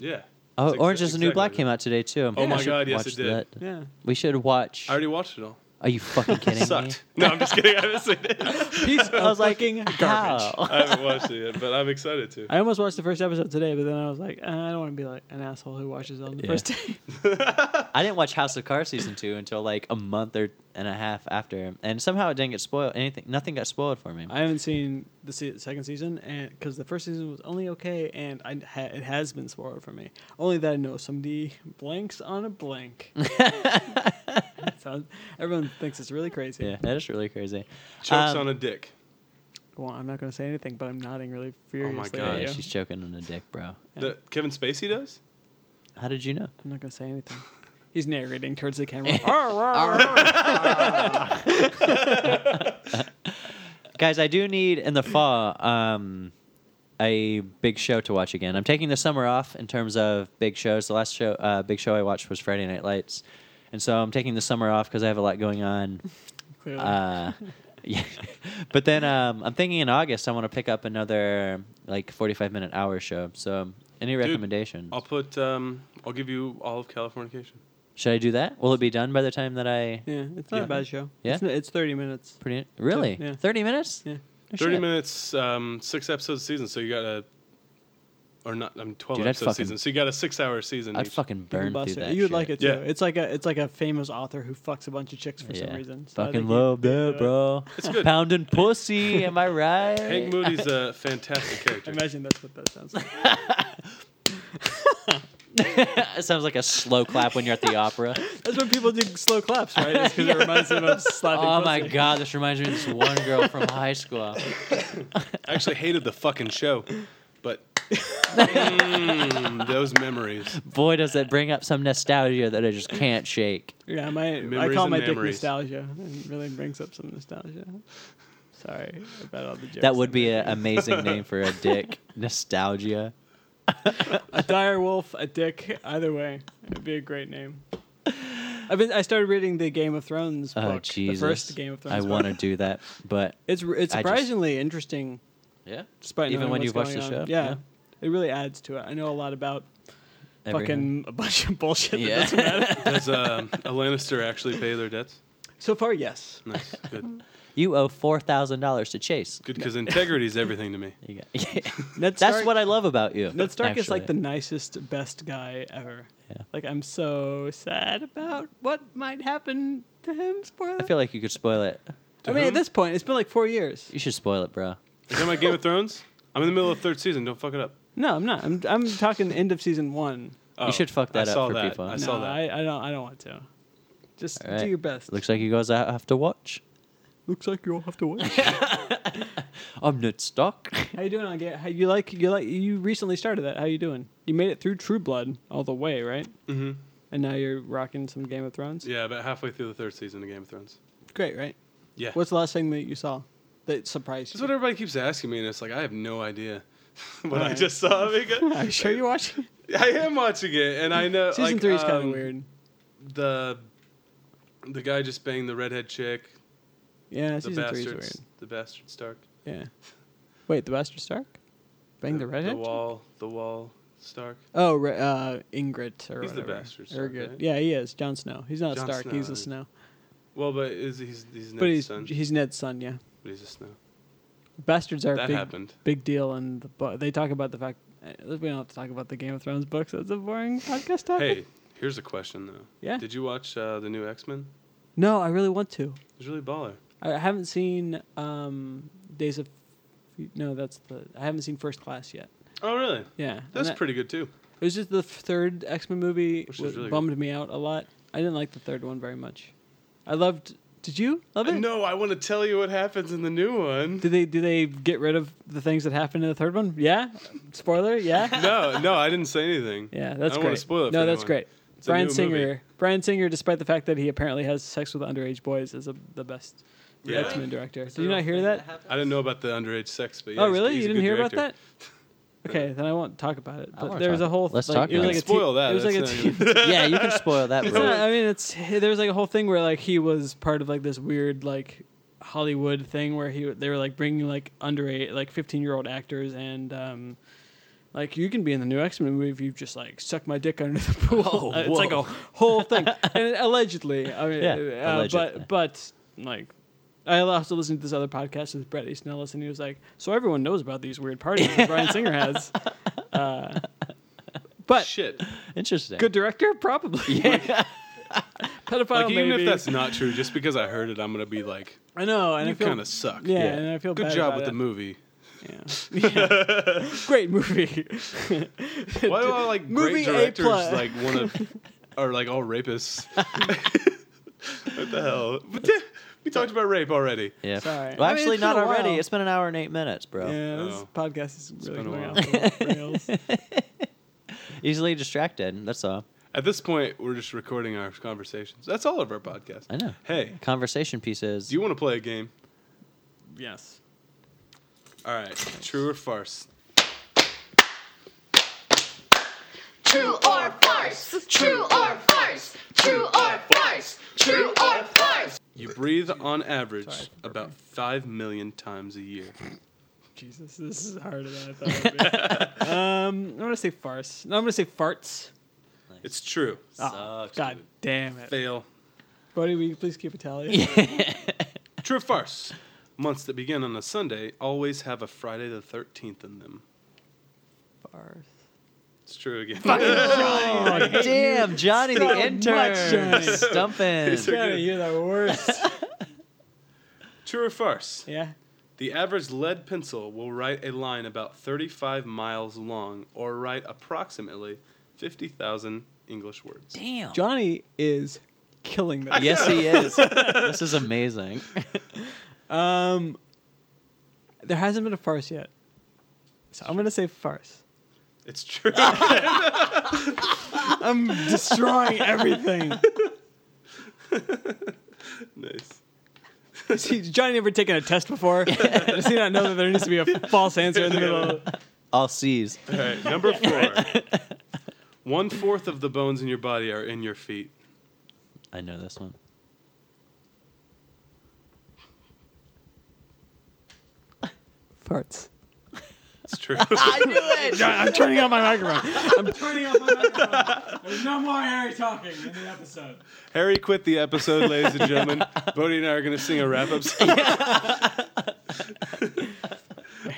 Yeah. oh, It's exa- Orange is the New exactly Black what it came out today too. Oh We my should God, yes, watch it did. that. Yeah. We should watch. I already watched it all. Are you fucking kidding me? Sucked. No, I'm just kidding. I haven't seen it. Piece I was of like, fucking how? I haven't watched it yet, but I'm excited to. I almost watched the first episode today, but then I was like, uh, I don't want to be like an asshole who watches it on the Yeah. first day. I didn't watch House of Cards season two until like a month or and a half after, and somehow it didn't get spoiled. Anything, nothing got spoiled for me. I haven't seen the se- second season, and because the first season was only okay, and I ha- it has been spoiled for me. Only that I know somebody blanks on a blank. Sounds- everyone thinks it's really crazy. yeah, that is really crazy. Chokes Um, on a dick. Well, I'm not going to say anything, but I'm nodding Oh really my furiously. God. at yeah, you. she's choking on a dick, bro. That Kevin Spacey does? How did you know? I'm not going to say anything. He's narrating towards the camera. Guys, I do need in the fall um, a big show to watch again. I'm taking the summer off in terms of big shows. The last show, uh, big show I watched was Friday Night Lights, and so I'm taking the summer off because I have a lot going on. Clearly. Uh, yeah. But then um, I'm thinking in August I want to pick up another like 45 minute hour show. So any Dude, recommendations? I'll put. Um, I'll give you all of Californication. Should I do that? Will it be done by the time that I? yeah, it's not Yeah. a bad show. Yeah? It's, n- it's 30 minutes. Pretty really Yeah. 30 minutes. Yeah. No Thirty Oh, shit. minutes, um, six episodes a season. So you got a, or not? I'm mean, twelve Dude, I'd episode fucking- season. So you got a six-hour season. I'd each. fucking burn Bust through it. that. You would shit. like it too. Yeah. It's like a it's like a famous author who fucks a bunch of chicks for some reason. So I Fucking think you- uh, love that, bro. It's good. Pounding pussy, am I right? Hank Moody's a fantastic character. Imagine that's what that sounds like. it sounds like a slow clap when you're at the opera. That's when people do slow claps, right? It's because it reminds them of slapping. oh my pussy. god, this reminds me of this one girl from high school. I actually hated the fucking show, but Mm, those memories. Boy, does that bring up some nostalgia that I just can't shake. Yeah, my I Memories call and my dick memories. nostalgia. It really brings up some nostalgia. Sorry about all the jokes. That would be an amazing name for a dick. Nostalgia. a dire wolf, a dick. Either way, it'd be a great name. I've been, I started reading the Game of Thrones book, Oh Jesus. the first Game of I Thrones. want to book. do that, but It's r- it's I just- surprisingly interesting yeah. despite Even knowing when what's you've watched going the on. show? Yeah. Yeah. it really adds to it. I know a lot about everything. fucking a bunch of bullshit. that doesn't matter. Yeah. Does um, a Lannister actually pay their debts? so far, yes. Nice, good, you owe four thousand dollars to Chase. good. Because integrity is everything to me. You got- That's Ned Stark- what I love about you. Ned Stark is like the actually. nicest, best guy ever. Yeah. Like I'm so sad about what might happen to him. Spoiler. I feel like you could spoil it. I mean, whom? at this point, it's been like four years. You should spoil it, bro. Is that my Game of Thrones? I'm in the middle of third season. Don't fuck it up. No, I'm not. I'm, I'm talking end of season one. Oh, should fuck that I up saw for that. people. I No, no, saw that. I, I don't. I don't want to. Just All right. do your best. Looks like you guys have to watch. Looks like you all have to wait. I'm not stuck. How you doing on Ga- How you like you like you recently started that? How you doing? You made it through True Blood all the way, right? Mm-hmm. And now you're rocking some Game of Thrones. yeah, about halfway through the third season of Game of Thrones. Great, right? Yeah. What's the last thing that you saw that surprised That's you? what everybody keeps asking me, and it's like I have no idea what I Alright. just saw. because- Are you sure you're watching? I am watching it, and I know Season like, three is kind of um, weird. The the guy just banged the redhead chick. Yeah, The season three is weird. bastards. The bastard Stark. Yeah. Wait, the Bastard Stark? Bang the, redhead? The wall. The wall. Stark. Oh, re- uh, Ingrid or He's the whatever. Bastard Stark, Ergot. right? Yeah, he is. Jon Snow. He's not Jon Stark. Snow, he's a right. Snow. Well, but is he's he's Ned's but he's son. he's Ned's son. Yeah. but he's a snow. Bastards are a That big happened. big deal, and the bu- they talk about the fact eh, we don't have to talk about the Game of Thrones books. That's a boring podcast topic. Hey, here's a question though. Yeah. Did you watch uh, the new X Men? No, I really want to. It's really baller. I I haven't seen um, Days of. No, that's the. I haven't seen First Class yet. Oh, really? Yeah, and That's that- pretty good too. It was just the third X Men movie Which is was really good. bummed me out a lot. I didn't like the third one very much. I loved. Did you love it? Uh, No, I want to tell you what happens in the new one. Did they do they get rid of the things that happened in the third one? Yeah. Spoiler. Yeah. no, no, I didn't say anything. Yeah, that's I don't great. wanna spoil it no, for that's anyone. great. It's a Brian new Singer. movie. Brian Singer, despite the fact that he apparently has sex with underage boys, is a, the best Yeah. X Men director. Did you not hear that? I didn't know about the underage sex, but yeah, oh, he's- really? he's You a didn't good hear about director. that? Okay, then I won't talk about it. I But wanna there was talk- a whole let's like, talk it was about like it. a te- Spoil that, It was like a that's not teen. yeah, you can spoil that, It's not- bro. I mean, it's there was like a whole thing where like he was part of like this weird like Hollywood thing where he they were like bringing like underage like fifteen year old actors and um like you can be in the new X Men movie if you just like suck my dick under the pool. Whoa, Uh, it's whoa. like a whole thing, and allegedly. I mean, Yeah, uh, allegedly. but but like. I also listened to this other podcast with Brett Easton Ellis, and he was like, "So everyone knows about these weird parties that Brian Singer has." Uh, but Shit. Interesting. good director, probably. Yeah. Pedophile, Like even Oh, maybe. if that's not true, just because I heard it, I'm gonna be like, I know, and you I feel kind of suck. yeah, yeah. and I feel Good bad job about with it. the movie. Yeah. Yeah. great movie. Why do all like Movie great A directors plus. like want to are like all rapists? what the hell? But yeah, we talked about rape already. Yeah. Sorry. Well, I mean, actually, it's not been a already. while. It's been an hour and eight minutes, bro. Yeah, this Oh. podcast is really been a going while. off the rails. Easily distracted. That's all. At this point, we're just recording our conversations. That's all of our podcast. I know. Hey, Conversation pieces. do you want to play a game? yes. All right, true or farce? True or farce? True or farce? True or farce? True or farce? You breathe on average about five million times a year. Jesus, this is harder than I thought. It would be. um, I'm gonna say farce. No, I'm gonna say farts. It's true. Oh, God damn it, Fail. Buddy. Will you please keep a tally? True or farce? Months that begin on a Sunday always have a Friday the 13th in them. Farce. It's true again. Oh, damn, Johnny the much, intern. Johnny. Stumping. Johnny, you're the worst. True or farce? yeah. The average lead pencil will write a line about 35 miles long or write approximately 50,000 English words. Damn. Johnny is killing this. Yes, he is. this is amazing. Um, there hasn't been a farce yet, so I'm gonna say farce. It's true. I'm destroying everything. nice. Has he- Johnny never taken a test before? Does he not know that there needs to be a false answer in the middle? of- All C's. All right, number four. One fourth of the bones in your body are in your feet. I know this one. Farts. It's true. I'm turning on my microphone. I'm turning on my microphone. There's no more Harry talking in the episode. Harry quit the episode, ladies and gentlemen. Bodie and I are going to sing a wrap up song.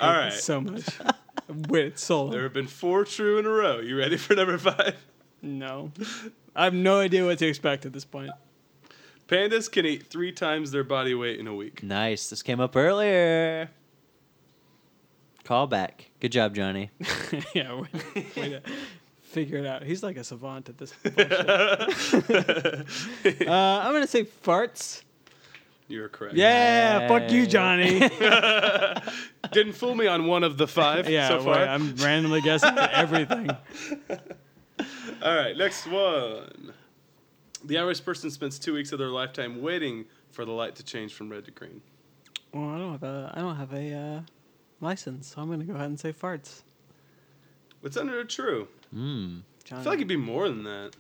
All right. So much. Wait, so There long. have been four true in a row. You ready for number five? No, I have no idea what to expect at this point. Pandas can eat three times their body weight in a week. Nice. This came up earlier. Call back. Good job, Johnny. yeah, way, way to figure it out. He's like a savant at this bullshit. uh, I'm gonna say farts. You're correct. Yeah, fuck you, Yay. Johnny. Didn't fool me on one of the five yeah, so far. wait, I'm randomly guessing for everything. All right, next one. The average person spends two weeks of their lifetime waiting for the light to change from red to green. Well, I don't have a I don't have a uh, license, so I'm gonna go ahead and say farts. What's under true? Johnny. I feel like it'd be more than that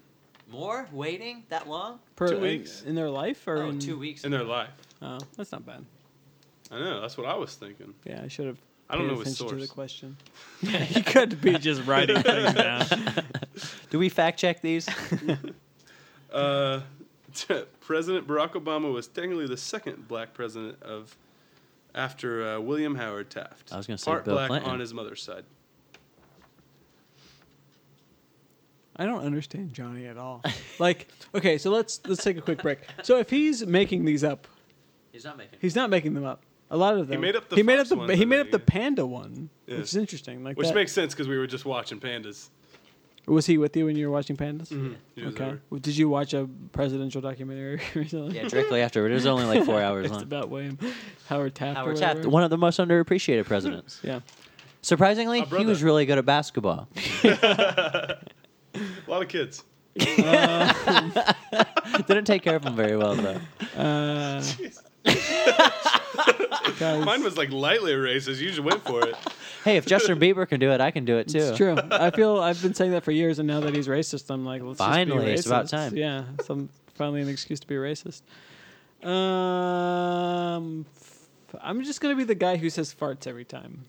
More waiting that long? Per- two in- weeks. in, their life or Oh, in- two weeks. in their life. Oh, that's not bad. I know. That's what I was thinking. Yeah, I should have. I don't paid know his attention To the source. question. you could be just writing things down. Do we fact check these? Uh, president Barack Obama was technically the second black president of after uh, William Howard Taft. I was gonna say part Bill black Clinton. on his mother's side. I don't understand Johnny at all. Like, okay, so let's let's take a quick break. So if he's making these up, He's not making he's not making them up. A lot of them. made up the he made up Fox the ones, he I made up the think. panda one, Yeah. which is interesting. Like, Which that- makes sense because we were just watching pandas. was he with you when you were watching pandas? He was Okay. there. Well, Did you watch a presidential documentary recently? Yeah, directly afterward. It was only like four hours It's long. about William Howard Taft. or Howard Taft, whatever. one of the most underappreciated presidents. Yeah. Surprisingly, My he was brother. really good at basketball. A lot of kids. Didn't take care of him very well though. Uh, guys, Mine was like lightly racist. You just went for it. Hey, if Justin Bieber can do it, I can do it too. It's true. I feel I've been saying that for years, and now that he's racist, I'm like, let's Finally, just it's be about racist. time. Yeah, some finally an excuse to be racist. Um, f- I'm just gonna be the guy who says farts every time.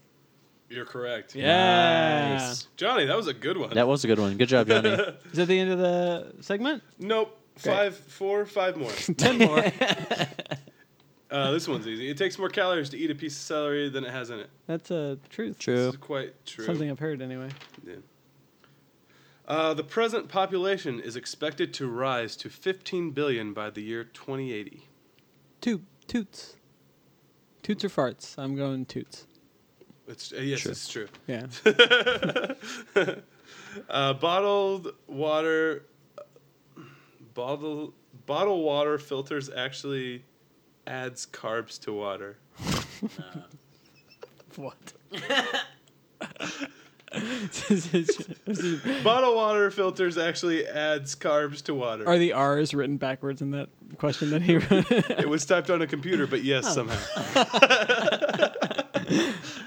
You're correct. Yeah. Nice. Johnny, that was a good one. That was a good one. Good job, Johnny. Is that the end of the segment? Nope. Five, four, five more. Ten more. Uh, this one's easy. It takes more calories to eat a piece of celery than it has in it. That's a truth. This True. is quite true. Something I've heard anyway. Yeah. Uh, the present population is expected to rise to 15 billion by the year 2080. Toot toots. Toots or farts? I'm going toots. It's, uh, yes, it's true. Yeah. Uh, bottled water, bottle, bottle water filters actually adds carbs to water. what? This is- this is- Bottle water filters actually adds carbs to water. Are the R's written backwards in that question that he wrote? it was typed on a computer, but yes, Oh.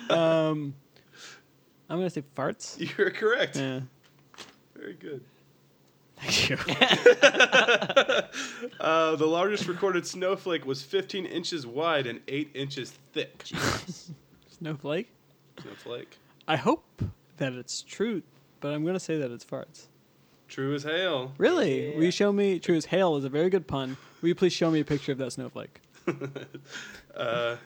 somehow. I'm gonna say farts. You're correct. Yeah. Very good. Thank you. Uh, the largest recorded snowflake was 15 inches wide and 8 inches thick. Snowflake. Snowflake. I hope that it's true, but I'm gonna say that it's farts. True as hail. Really? Will you show me true as hail is a very good pun. Will you please show me a picture of that snowflake? Uh,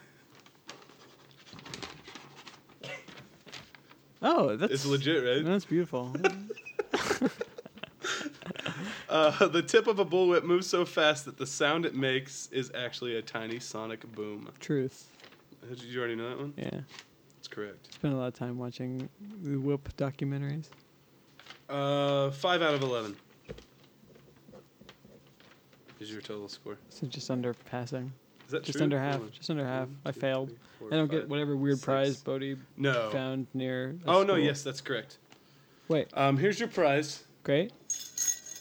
Oh, that's it's legit, right? That's beautiful. Uh, the tip of a bullwhip moves so fast that the sound it makes is actually a tiny sonic boom. Truth. Did you already know that one? Yeah. That's correct. Spent a lot of time watching the Whoop documentaries. Uh, 5 out of 11 is your total score. So just under passing. Is that Just true? under half. Hold on. Just under half. One, I two, failed. three, four, I don't get five, whatever weird six. prize Bodhi No. found near. a Oh, no, school. yes, that's correct. Wait. Um, here's your prize. Great.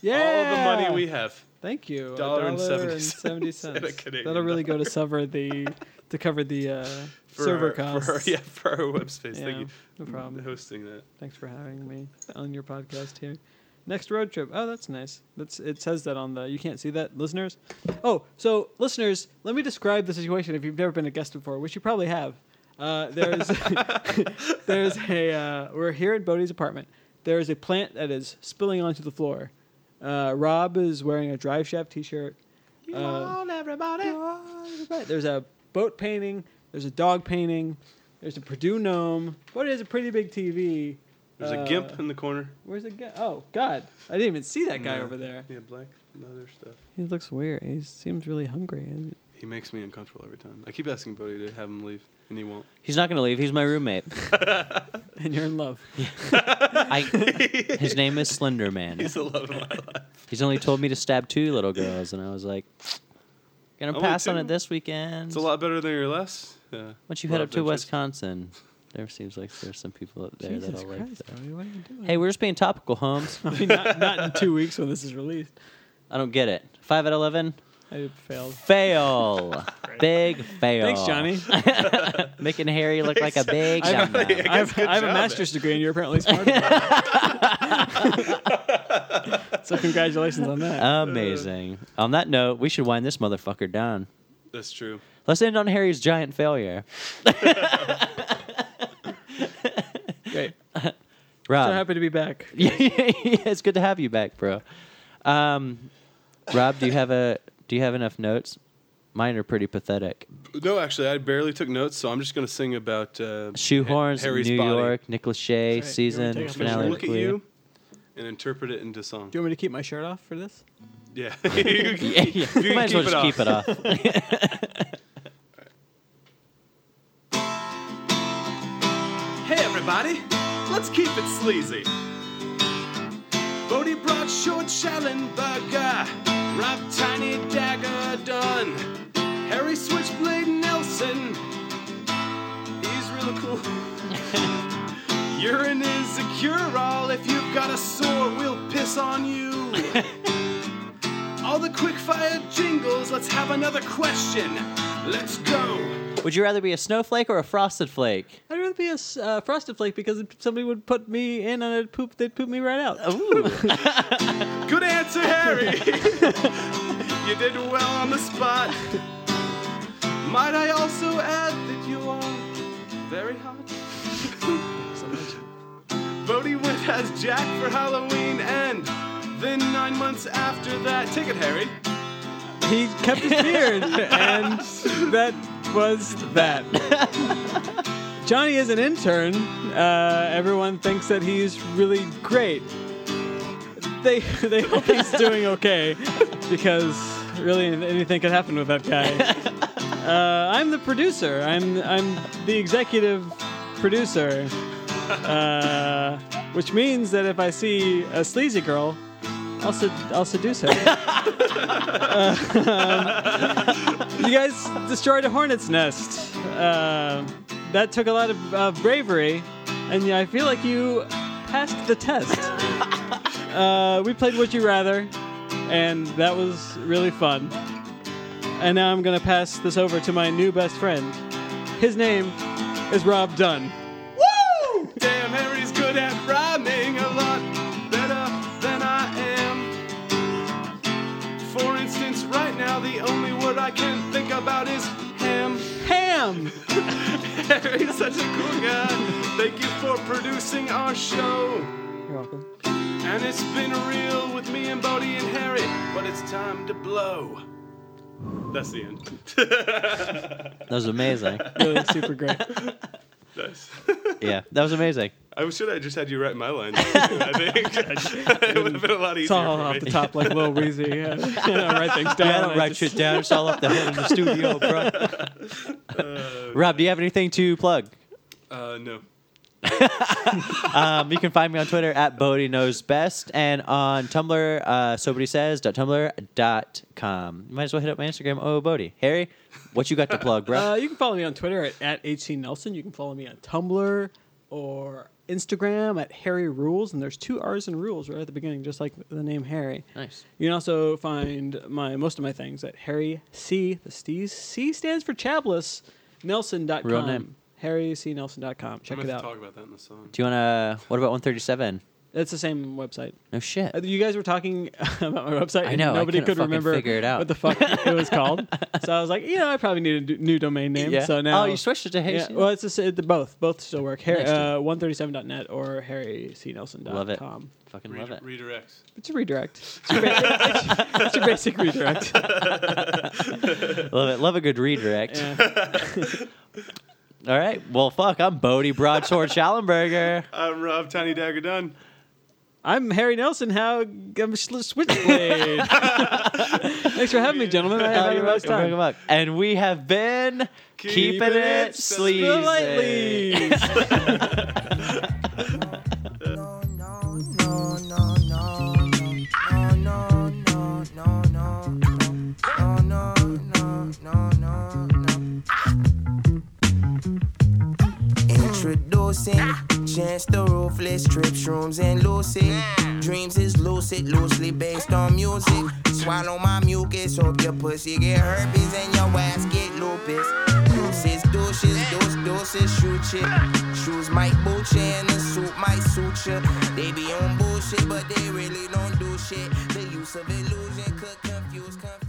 Yeah. All the money we have. Thank you. A Dollar and seventy and cents. seventy And a cents. Canadian That'll really go to cover the to cover the uh, for server our, costs. For our, yeah, for our web space. Yeah, Thank you No problem. for hosting that. Thanks for having me on your podcast here. Next road trip. Oh, that's nice. That's it says that on the. You can't see that, listeners. Oh, so listeners, let me describe the situation if you've never been a guest before, which you probably have. Uh, there's there's a uh, we're here at Bodhi's apartment. There is a plant that is spilling onto the floor. Uh, Rob is wearing a drive shaft T-shirt. You everybody. There's a boat painting. There's a dog painting. There's a Purdue gnome. What is a pretty big TV? There's a Uh, gimp in the corner. Where's the guy? Oh God, I didn't even see that guy over there. Yeah, black leather stuff. He looks weird. He seems really hungry. He makes me uncomfortable every time. I keep asking Bodhi to have him leave, and he won't. He's not going to leave. He's my roommate. and you're in love. I, his name is Slender Man. He's the love of my life. He's only told me to stab two little girls, and I was like, gonna Only pass on two? it this weekend. It's a lot better than your last. Uh, Once you head love up to interest. Wisconsin, there seems like there's some people up there Jesus that'll like. Christ, That. Brody, what are you doing? Hey, we're just being topical, Holmes. I mean, not, not in two weeks when this is released. I don't get it. Five out of eleven. I failed. Fail. big fail. Thanks, Johnny. Making Harry look like a big Johnny. dumb. I guess I've, good I have a job, master's degree, and you're apparently smart. about it. so congratulations on Uh, that. Amazing. On that note, we should wind this motherfucker down. That's true. Let's end on Harry's giant failure. Great. uh, So Rob, happy to be back. yeah, it's good to have you back, bro. Um, Rob, do you have a do you have enough notes? Mine are pretty pathetic. No, actually, I barely took notes, so I'm just going to sing about uh, Shoehorns, Harry's New body. York, Nick Lachey, That's right. season You wanna take a Just finale. picture? look at clear. you and interpret it into song. Do you want me to keep my shirt off for this? Yeah. You can- Yeah, yeah. you Might can as well keep just keep it it off. off. Hey, everybody, let's keep it sleazy. Bodie brought short Schellenberger, Rob Tiny Dagger Dunn, Harry Switchblade Nelson. He's really cool. Urine is a cure all. If you've got a sore, we'll piss on you. All the quickfire jingles, let's have another question. Let's go. Would you rather be a snowflake or a frosted flake? I'd rather be a s- uh, frosted flake because if somebody would put me in and it'd poop, they'd poop me right out. Good answer, Harry. you did well on the spot. Might I also add that you are very hot? Bodie went as Jack for Halloween, and then nine months after that, take it, Harry. he kept his beard, and that was that. Johnny is an intern. Uh, everyone thinks that he's really great. They they hope he's doing okay because really anything could happen with that guy. Uh, I'm the producer. I'm I'm the executive producer. Uh, which means that if I see a sleazy girl, I'll, sed- I'll seduce her. You guys destroyed a hornet's nest. Uh, that took a lot of uh, bravery, and I feel like you passed the test. uh, we played Would You Rather, and that was really fun. And now I'm going to pass this over to my new best friend. His name is Rob Dunn. Woo! Damn, Harry's good at rhyming a lot better than I am. For instance, right now, the only word I can think about is ham. Ham! Harry's such a cool guy. Thank you for producing our show. You're welcome. And it's been real with me and Bodie and Harry, but it's time to blow. That's the end. That was amazing. Really super great. Nice. yeah, that was amazing. I should have just had you write my lines. I think it would have been a lot It's easier. all for off me. the top like Lil Weezy. Yeah. I don't write things Uh, down. Yeah, I don't write just- shit down. It's all up the head in the studio, bro. Rob, do you have anything to plug? Uh, no. Um, you can find me on Twitter at Bodie Knows Best and on Tumblr, uh, sobertysays.tumblr.com. You might as well hit up my Instagram, oh Bodie. Harry, what you got to plug, bro? Uh, you can follow me on Twitter at, at HC Nelson. You can follow me on Tumblr or Instagram at Harry Rules. And there's two R's in rules right at the beginning, just like the name Harry. nice. You can also find my most of my things at Harry C. The Steez. C stands for Chablis. Nelson.com. Real name. Harry C. Nelson.com. I'm Check going it to out. talk about that in the song. Do you want to, what about 137? It's the same website. No shit. Uh, You guys were talking about my website. I and know, I Nobody couldn't could fucking remember figure it out. what the fuck it was called. So I was like, you know, I probably need a d- new domain name. Yeah. So now Oh, you switched it to Harry Yeah, C. well, it's just, it, both. Both still work. Harry, Nice, dude. uh, 137.net or harrycnelson.com. Love it. Fucking love Redirects. it. Redirects. It's a redirect. It's your, ba- it's your basic redirect. Love it. Love a good redirect. Yeah. All right. Well, fuck. I'm Bodie Broadsword Schallenberger. I'm Rob Tiny Dagger Dunn. I'm Harry Nelson. How I'm Sl- Switchblade. Thanks for having me, gentlemen. Uh, I had a you're nice welcome, time. you're welcome. And we have been keeping, Keeping it it sleazy. Slightly. no, no, no, no, no, no, no, no, no, no, no, no, no, no, no. Introducing Chance the Ruthless, trips, rooms, and lucid. Dreams is lucid, loosely based on music. Swallow my mucus, hope your pussy get herpes and your ass get lupus. Deuces, douches, deuce, deuces, shoot shit. Shoes might boot you and the suit might suture. They be on bullshit, but they really don't do shit. The use of illusion could confuse, confuse.